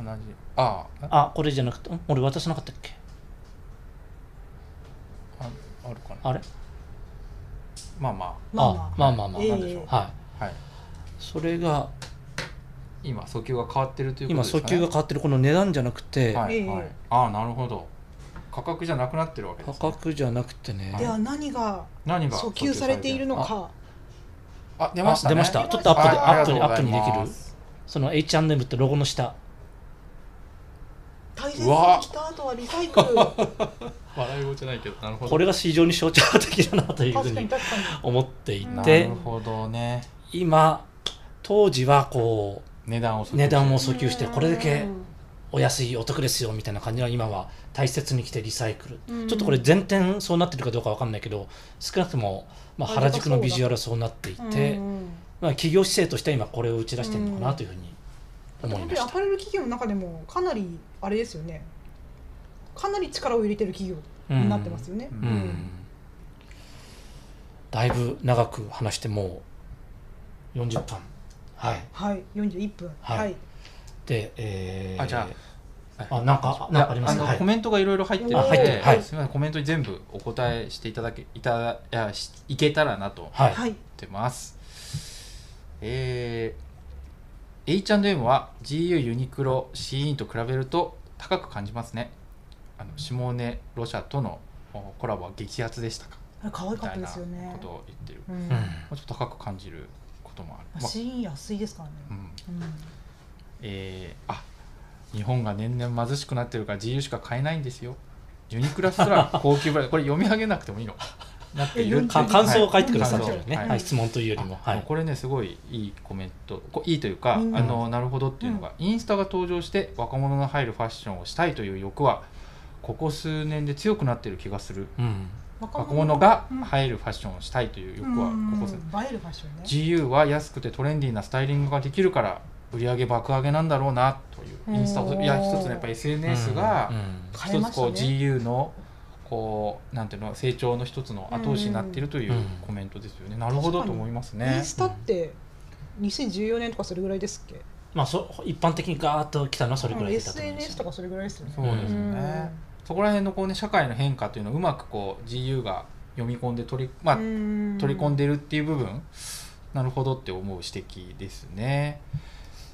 Speaker 3: 同じ。ああ、
Speaker 1: あこれじゃなくてん俺渡さなかったっけ
Speaker 3: ああるかな
Speaker 1: あれ
Speaker 3: まあま
Speaker 2: まあまあ
Speaker 1: まあまあまあ
Speaker 2: ええ
Speaker 3: なんでしょう
Speaker 1: は
Speaker 3: あは
Speaker 1: い
Speaker 3: い
Speaker 1: それが
Speaker 3: 今訴求が変わってるというこ
Speaker 1: 今
Speaker 3: とですか
Speaker 1: 訴
Speaker 3: ね
Speaker 1: 求が変わってるこの値段じゃなくて、
Speaker 3: はい、
Speaker 2: ええ
Speaker 3: はい、ああなるほど価格じゃなくなってるわけで
Speaker 1: 価
Speaker 3: す、ね、
Speaker 1: 格じゃなくてね、
Speaker 3: はい
Speaker 2: では何が
Speaker 3: 何が
Speaker 2: 訴求されているのか
Speaker 3: あ出ました、ね、
Speaker 1: あ出ました
Speaker 2: ちょっとアップで
Speaker 3: はい
Speaker 2: アップに
Speaker 3: ありがとうござ
Speaker 1: アッ
Speaker 3: い
Speaker 1: プにできる
Speaker 3: ます
Speaker 1: その H&M ってロゴの下
Speaker 2: 大切
Speaker 3: う
Speaker 2: に
Speaker 3: わ
Speaker 2: 来た後はリサイ クル確か
Speaker 3: 笑い事じゃないけどなるほど
Speaker 1: これが非常に象徴的だなというふう
Speaker 2: に
Speaker 1: に
Speaker 2: 確かに
Speaker 1: 思ってい
Speaker 3: な
Speaker 1: て
Speaker 3: るほどね
Speaker 1: 今当時はこ
Speaker 3: 値段を訴求
Speaker 1: う値段を訴求してこれだけお安いお得ですよみたいな感じが今は大切に来てリサイクル
Speaker 2: うん
Speaker 1: ちょっとこれ全店そうなってるかどうかわかんないけど少なくともまあ
Speaker 2: あ
Speaker 1: 原宿のビジュアルはそうなっていて
Speaker 2: うんうん
Speaker 1: まあ企業姿勢としては今これを打ち出してるのかなというふうに思いま
Speaker 2: 本当にア
Speaker 1: した
Speaker 2: パレル企業の中でもかなりあれですよねかなり力を入れてる企業
Speaker 1: うん
Speaker 2: になってますよね、
Speaker 3: う
Speaker 1: うんだいぶ長く話してもう40分はい
Speaker 2: はい41分
Speaker 1: はい
Speaker 2: はい
Speaker 1: でえー
Speaker 3: あじゃ
Speaker 1: あなんかなんかあります
Speaker 3: い
Speaker 1: ね
Speaker 3: や
Speaker 1: は
Speaker 3: のコ
Speaker 1: い
Speaker 3: メントがいろいろ入ってる
Speaker 2: あ
Speaker 3: の
Speaker 2: 入って
Speaker 3: で、
Speaker 2: るはい
Speaker 3: すみませんコメントに全部お答えしていただけいただいやしいけたらなと思
Speaker 1: はい
Speaker 2: はい
Speaker 3: ってます。えー、H&M は GU ユニクロ c インと比べると高く感じますね。あのシモーネ・ロシャとのおコラボは激アツでしたか
Speaker 2: あれ可愛
Speaker 3: み
Speaker 2: かったた
Speaker 3: い
Speaker 2: で
Speaker 3: な
Speaker 2: すよね
Speaker 3: ことを言ってる。も
Speaker 2: うん
Speaker 1: う
Speaker 3: うちょっと高く感じることもある。まあ
Speaker 2: シーン安いですからね、
Speaker 3: うん
Speaker 2: うん
Speaker 3: えーあ日本が年々貧しくなってるから GU しか買えないんですよユニクロすら高級ブランドこれ読み上げなくてもいいのなってい
Speaker 2: え
Speaker 3: る
Speaker 1: んか感想を書いてくださっ
Speaker 2: は
Speaker 1: て
Speaker 2: い
Speaker 1: るね、
Speaker 3: はい
Speaker 1: はい質問というよりも、は
Speaker 3: あ
Speaker 1: い、
Speaker 3: これねすごいいいコメントこいいというか、
Speaker 2: うん
Speaker 3: あのなるほどっていうのが、インスタが登場して若者の入るファッションをしたいという欲はここ数年で強くなってる気がする
Speaker 1: うん、
Speaker 2: 若
Speaker 3: 若者が入るファッションをしたいという欲はここ数年、
Speaker 2: うん映える場所ね
Speaker 3: GU は安くてトレンディーなスタイリングができるから売り上げ爆上げなんだろうなというインスタ
Speaker 2: お
Speaker 3: を
Speaker 2: ー
Speaker 3: いや一つのやっぱ SNS が
Speaker 1: うん
Speaker 2: 変
Speaker 3: 一
Speaker 2: えま
Speaker 3: つ
Speaker 2: し
Speaker 3: こ
Speaker 2: た
Speaker 3: う
Speaker 2: ね
Speaker 3: GU のこうなんていうの成長の一つの後押しになっているという
Speaker 1: うん
Speaker 3: コメントですよねなるほどと思います
Speaker 2: イ
Speaker 3: ね
Speaker 2: ンスタって2014年とかそれぐらいですっけ、
Speaker 1: まあ、そ一般的にガーッと来たのはそれぐらいだと思います
Speaker 2: SNS とかそれぐらいですよね
Speaker 3: そうですよねそこら辺のこうね社会の変化というのをうまくこう GU が読み込んで取りまあ取
Speaker 2: 取
Speaker 3: り込ん
Speaker 2: で
Speaker 3: でるっていう部分なるほどって思う指摘ですね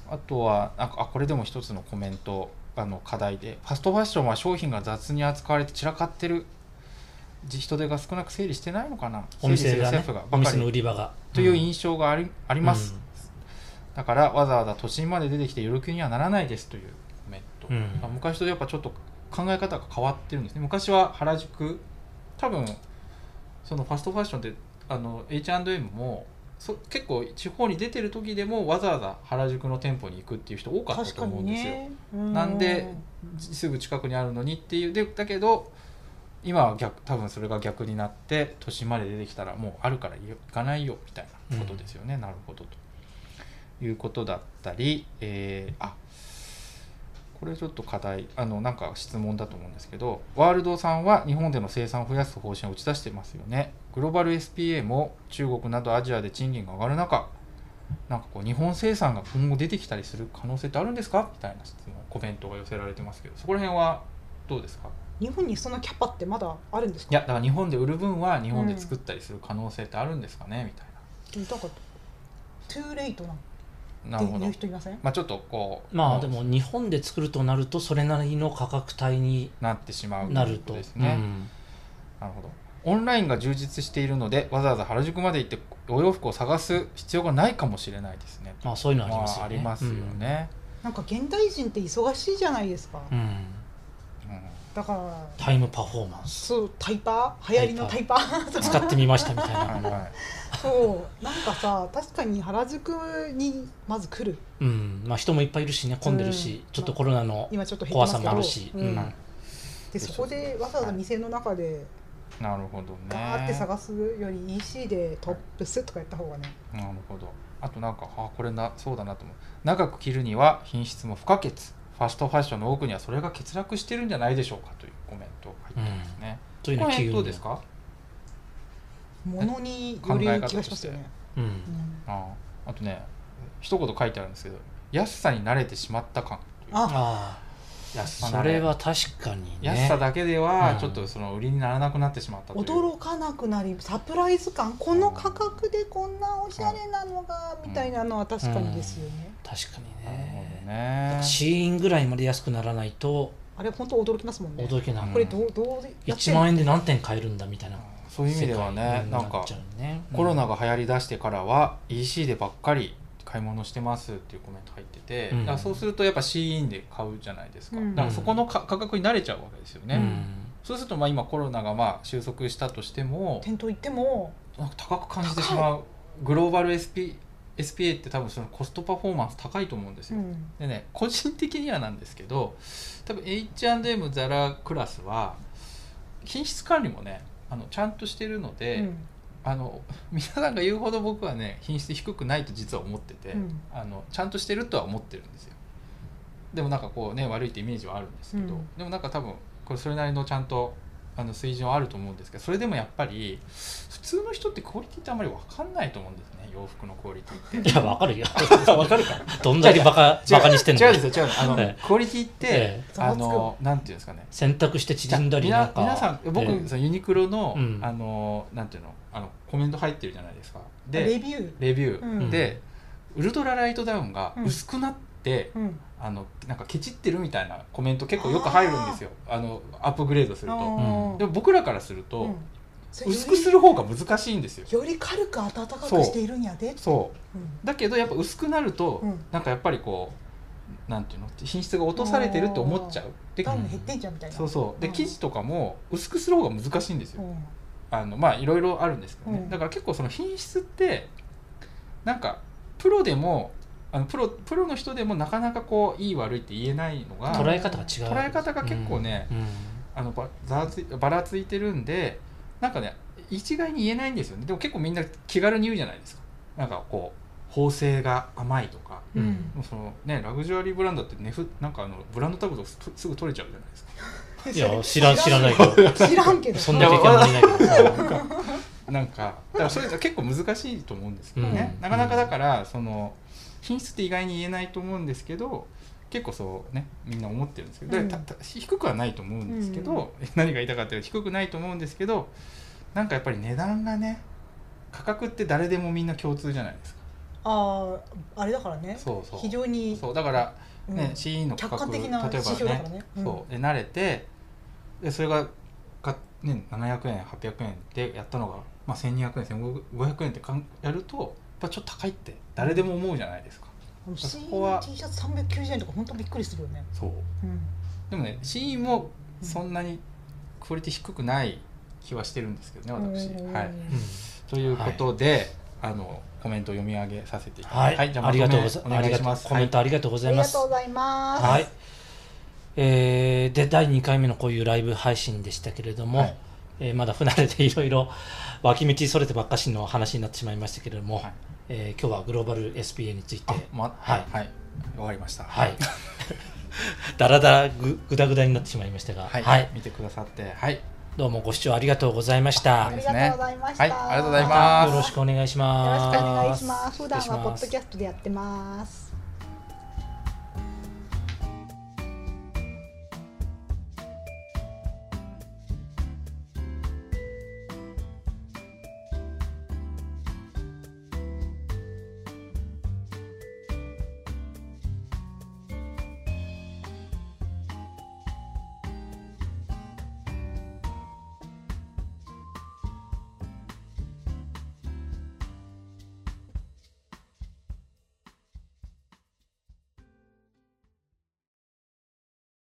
Speaker 3: あとはなんかあこれでも一つのコメントあの課題でファストファッションは商品が雑に扱われて散らかってるじ人手が少なく整理してないのかな
Speaker 1: お店が
Speaker 3: 整理
Speaker 1: ね
Speaker 3: する政府
Speaker 1: お
Speaker 3: がばか
Speaker 1: 店の
Speaker 3: り
Speaker 1: 売り場が
Speaker 3: というん印象があり,、あります、だからわざわざ都心まで出てきて夜気にはならないですというコメント、
Speaker 1: うん
Speaker 3: あ昔とやっぱちょっと考え方が変わってるんですね昔は原宿多分そのファストファッションってあの H&M もそ結構地方に出てる時でもわざわざ原宿の店舗に行くっていう人多かった
Speaker 2: 確
Speaker 3: と
Speaker 2: か
Speaker 3: 思う
Speaker 2: に
Speaker 3: んですよ、
Speaker 2: ね
Speaker 3: なんですぐ近くにあるのにっていうでだけど今は逆多分それが逆になって都心まで出てきたらもうあるから行かないよみたいなことですよね、なるほどということだったり、えーあこれちょっと課題あのなんか質問だと思うんですけどワールドさんは日本での生産を増やす方針を打ち出してますよねグローバル SPA も中国などアジアで賃金が上がる中なんかこう日本生産が今後出てきたりする可能性ってあるんですかみたいな質問コメントが寄せられてますけどそこら辺はどうですか
Speaker 2: 日本にそのキャパってまだあるんです
Speaker 3: い
Speaker 2: か
Speaker 3: やだから日本で売る分は日本で作ったりする可能性ってあるんですかねみたい
Speaker 2: 聞いたことトゥーレイトなん
Speaker 3: ななる
Speaker 2: て
Speaker 3: ほ
Speaker 2: 言
Speaker 3: ど
Speaker 2: う人いません
Speaker 3: まあちょっとこう
Speaker 1: まあ
Speaker 3: う
Speaker 1: でも日本で作るとなるとそれなりの価格帯に
Speaker 3: なってしまう
Speaker 1: なる
Speaker 3: ことうですね、
Speaker 1: うん
Speaker 3: なるほどオンラインが充実しているのでわざわざ原宿まで行ってお洋服を探す必要がないかもしれないですね
Speaker 1: まあそういうのはありますよね、
Speaker 3: ありますよね、
Speaker 2: なんか現代人って忙しいじゃないですか、
Speaker 1: うん、うん
Speaker 3: うん
Speaker 2: だから
Speaker 1: タイムパフォーマンス
Speaker 2: そうタイパー流行りのタイパーそう
Speaker 1: 使ってみましたみたいな
Speaker 3: はいはい
Speaker 2: そうなんかさ確かに原宿にまず来る
Speaker 1: うんまあ人もいっぱいいるしね混んでるし、
Speaker 2: うん
Speaker 1: ちょっとコロナの
Speaker 2: 今ちょっと減ってま
Speaker 1: 怖
Speaker 2: す
Speaker 1: さ
Speaker 2: けど
Speaker 1: もあるし、
Speaker 2: う
Speaker 1: うんん
Speaker 2: でそこでわざわざ店の中で
Speaker 3: なるほどね
Speaker 2: ガーって探すより EC でトップスとかやった方がね
Speaker 3: なるほどあとなんかあこれなそうだなと思う長く着るには品質も不可欠ファストファッションの多くにはそれが欠落してるんじゃないでしょうかというコメントが入ってますね、
Speaker 1: という
Speaker 3: こ
Speaker 1: のは
Speaker 3: の辺
Speaker 1: 企業
Speaker 3: ど
Speaker 1: の
Speaker 3: うですか
Speaker 2: 物による気がしますよね、
Speaker 1: うん
Speaker 2: うん
Speaker 3: あああとね一言書いてあるんですけど安さに慣れてしまった感
Speaker 2: あ
Speaker 1: あ
Speaker 3: 安さ
Speaker 1: そ
Speaker 3: な
Speaker 1: れは確かにね
Speaker 3: 安さだけでは
Speaker 1: うん
Speaker 3: ちょっとその売りにならなくなってしまったという
Speaker 2: 驚かなくなりサプライズ感この価格でこんなおしゃれなのがみたいなのは確かにですよね、
Speaker 1: 確かに
Speaker 3: なるほ
Speaker 1: ね
Speaker 3: どね
Speaker 1: シーインぐらいまで安くならないと
Speaker 2: あれ本当驚きますもんね
Speaker 1: 驚けない、
Speaker 2: これどうどうやって
Speaker 1: 1万円で何点買えるんだみたいな
Speaker 3: そういう意味ではね
Speaker 1: 世界に
Speaker 3: なんか
Speaker 1: っちゃうね
Speaker 3: コロナ
Speaker 1: が
Speaker 3: が流行りだしてからは EC でばっかり買い物してますっていうコメント入ってて、
Speaker 1: うん
Speaker 3: だからそうするとやっぱ C インで買うじゃないですか、
Speaker 2: うん
Speaker 3: だからそこのか価格に慣れちゃうわけですよね、
Speaker 1: うん、
Speaker 3: そうするとまあ今コロナがまあ収束したとしても
Speaker 2: 店頭行っても
Speaker 3: なんか高く感じてしまうグローバル SP SPA って多分そのコストパフォーマンス高いと思うんです
Speaker 2: う
Speaker 3: よ、
Speaker 2: ん
Speaker 3: でね個人的にはなんですけど多分 H&M ザラクラスは品質管理もねあのちゃんとしてるの
Speaker 2: う
Speaker 3: で、
Speaker 2: ん
Speaker 3: あの皆さんが言うほど僕はね品質低くないと実は思ってて、
Speaker 2: うん
Speaker 3: あのちゃんとしてるとは思ってるんですよでもなんかこうね悪いってイメージはあるんですけど、
Speaker 2: うん
Speaker 3: でもなんか多分これそれなりのちゃんとあの水準はあると思うんですけどそれでもやっぱり普通の人ってクオリティってあんまり分かんないと思うんですね洋服のクオリテ ィっ て
Speaker 1: いやわかるよ
Speaker 3: 分かるか
Speaker 1: どんだけバカ
Speaker 3: 違う
Speaker 1: バカにしてんの
Speaker 3: 違うんですよ違うんですあの、
Speaker 1: え
Speaker 3: クオリティって、
Speaker 1: え
Speaker 2: え
Speaker 3: あのなんていうんですかね
Speaker 1: 選択して縮んだりなんか
Speaker 3: みな皆さん僕、
Speaker 1: ええ
Speaker 3: そのユニクロの、
Speaker 1: うん
Speaker 3: あのなんていうのあのコメント入ってるじゃないですかで
Speaker 2: レビュー
Speaker 3: レビュー、
Speaker 2: うん
Speaker 3: でウルトラライトダウンが
Speaker 2: うん
Speaker 3: 薄くなって、
Speaker 2: うん
Speaker 3: あのなんかケチってるみたいなコメント結構よく入るんですよあのアップグレードする
Speaker 2: あ
Speaker 3: と。
Speaker 2: ー
Speaker 3: でも僕らからすると、
Speaker 2: うんそれ
Speaker 3: 薄くする方が難しいんですよ。
Speaker 2: より軽く暖かくしているんやで
Speaker 3: そう
Speaker 2: うん
Speaker 3: だけどやっぱ薄くなると、
Speaker 2: うん
Speaker 3: なんかやっぱりこうなんていうの品質が落とされてるって思っちゃう。で
Speaker 2: ダウン減ってんじゃんみたいな
Speaker 3: そうそうで
Speaker 2: うん
Speaker 3: 生地とかも薄くする方が難しいんですよ。
Speaker 2: うん
Speaker 3: あのまあいろいろあるんですけどね、
Speaker 2: うん
Speaker 3: だから結構その品質ってなんかプロでもあのプロプロの人でもなかなかこういい悪いって言えないのが
Speaker 2: トラ
Speaker 1: 捉
Speaker 2: イ
Speaker 1: え方が違う
Speaker 3: 捉え方が結構ね
Speaker 1: うんうん
Speaker 3: あのばざわついばらついてるんでなんかね一概に言えないんですよねでも結構みんな気軽に言うじゃないですかなんかこう縫製が甘いとか
Speaker 1: うん
Speaker 3: もうそのねラグジュアリーブランドってねふなんかあのブランドタグとかすすぐ取れちゃうじゃないですか
Speaker 1: いや知らん知らないけど
Speaker 2: 知らんけど
Speaker 1: そんな経験もいないけど
Speaker 3: なんかだからそれじゃ結構難しいと思うんですけどね、
Speaker 1: うん
Speaker 3: なかなかだからその品質って意外に言えないと思うんですけど結構そうねみんな思ってるんですけど、
Speaker 2: うん
Speaker 3: だたた低くはないと思うんですけど、何が言いたかったら低くないと思うんですけどなんかやっぱり値段がね価格って誰でもみんな共通じゃないですか
Speaker 2: あああれだからね
Speaker 3: そうそう
Speaker 2: 非常に
Speaker 3: そうだから
Speaker 2: うん
Speaker 3: ね、シー CE の価
Speaker 2: 客
Speaker 3: 格
Speaker 2: 観
Speaker 3: 例
Speaker 2: 的
Speaker 3: え
Speaker 2: な
Speaker 3: ばね
Speaker 2: 指標だからねうん
Speaker 3: そうで慣れてでそれがか、ね、700円800円でやったのが、まあ、1200円1500円ってかんやるとやっぱちょっと高いって誰でも思うじゃないですか
Speaker 2: シー
Speaker 3: こは
Speaker 2: T シャツ390円とか本当びっくりするよね、
Speaker 3: そう
Speaker 2: うん、
Speaker 3: でもね CE もそんなにクオリティ低くない気はしてるんですけどね私、
Speaker 2: うん
Speaker 3: はい、
Speaker 1: うん
Speaker 3: ということで、あのコメントを読み上げさせていただ
Speaker 1: はい、
Speaker 3: きますじゃあ
Speaker 1: ありがとうご
Speaker 3: ま
Speaker 1: ざ
Speaker 3: と
Speaker 1: い
Speaker 3: め
Speaker 1: ま
Speaker 3: お願いし
Speaker 1: す
Speaker 3: ます
Speaker 1: コメントありがとうご
Speaker 2: あ
Speaker 1: ざい
Speaker 2: り
Speaker 1: ま
Speaker 2: が
Speaker 1: す
Speaker 2: とうございます
Speaker 1: はい、えーで第2回目のこういうライブ配信でしたけれども、
Speaker 3: はい
Speaker 1: えーまだ不慣れていろいろ脇道それてばっかしの話になってしまいましたけれども、
Speaker 3: はい
Speaker 1: えー今日はグローバル SPA について
Speaker 3: あ、ま
Speaker 1: は
Speaker 3: はいい、はい、わかりました
Speaker 1: はいだらだらぐぐだぐだになってしまいましたが、
Speaker 3: はい、
Speaker 1: はい
Speaker 3: 見てくださってはい
Speaker 1: どうもご視聴ありがとうございました
Speaker 2: あ
Speaker 1: よ
Speaker 2: りがとうございました、
Speaker 3: はいありがとうございます
Speaker 1: ろしくお願いします
Speaker 2: よろしくお願いします普段
Speaker 1: 失礼し
Speaker 2: は
Speaker 1: ます
Speaker 2: ポッドキャストでやってます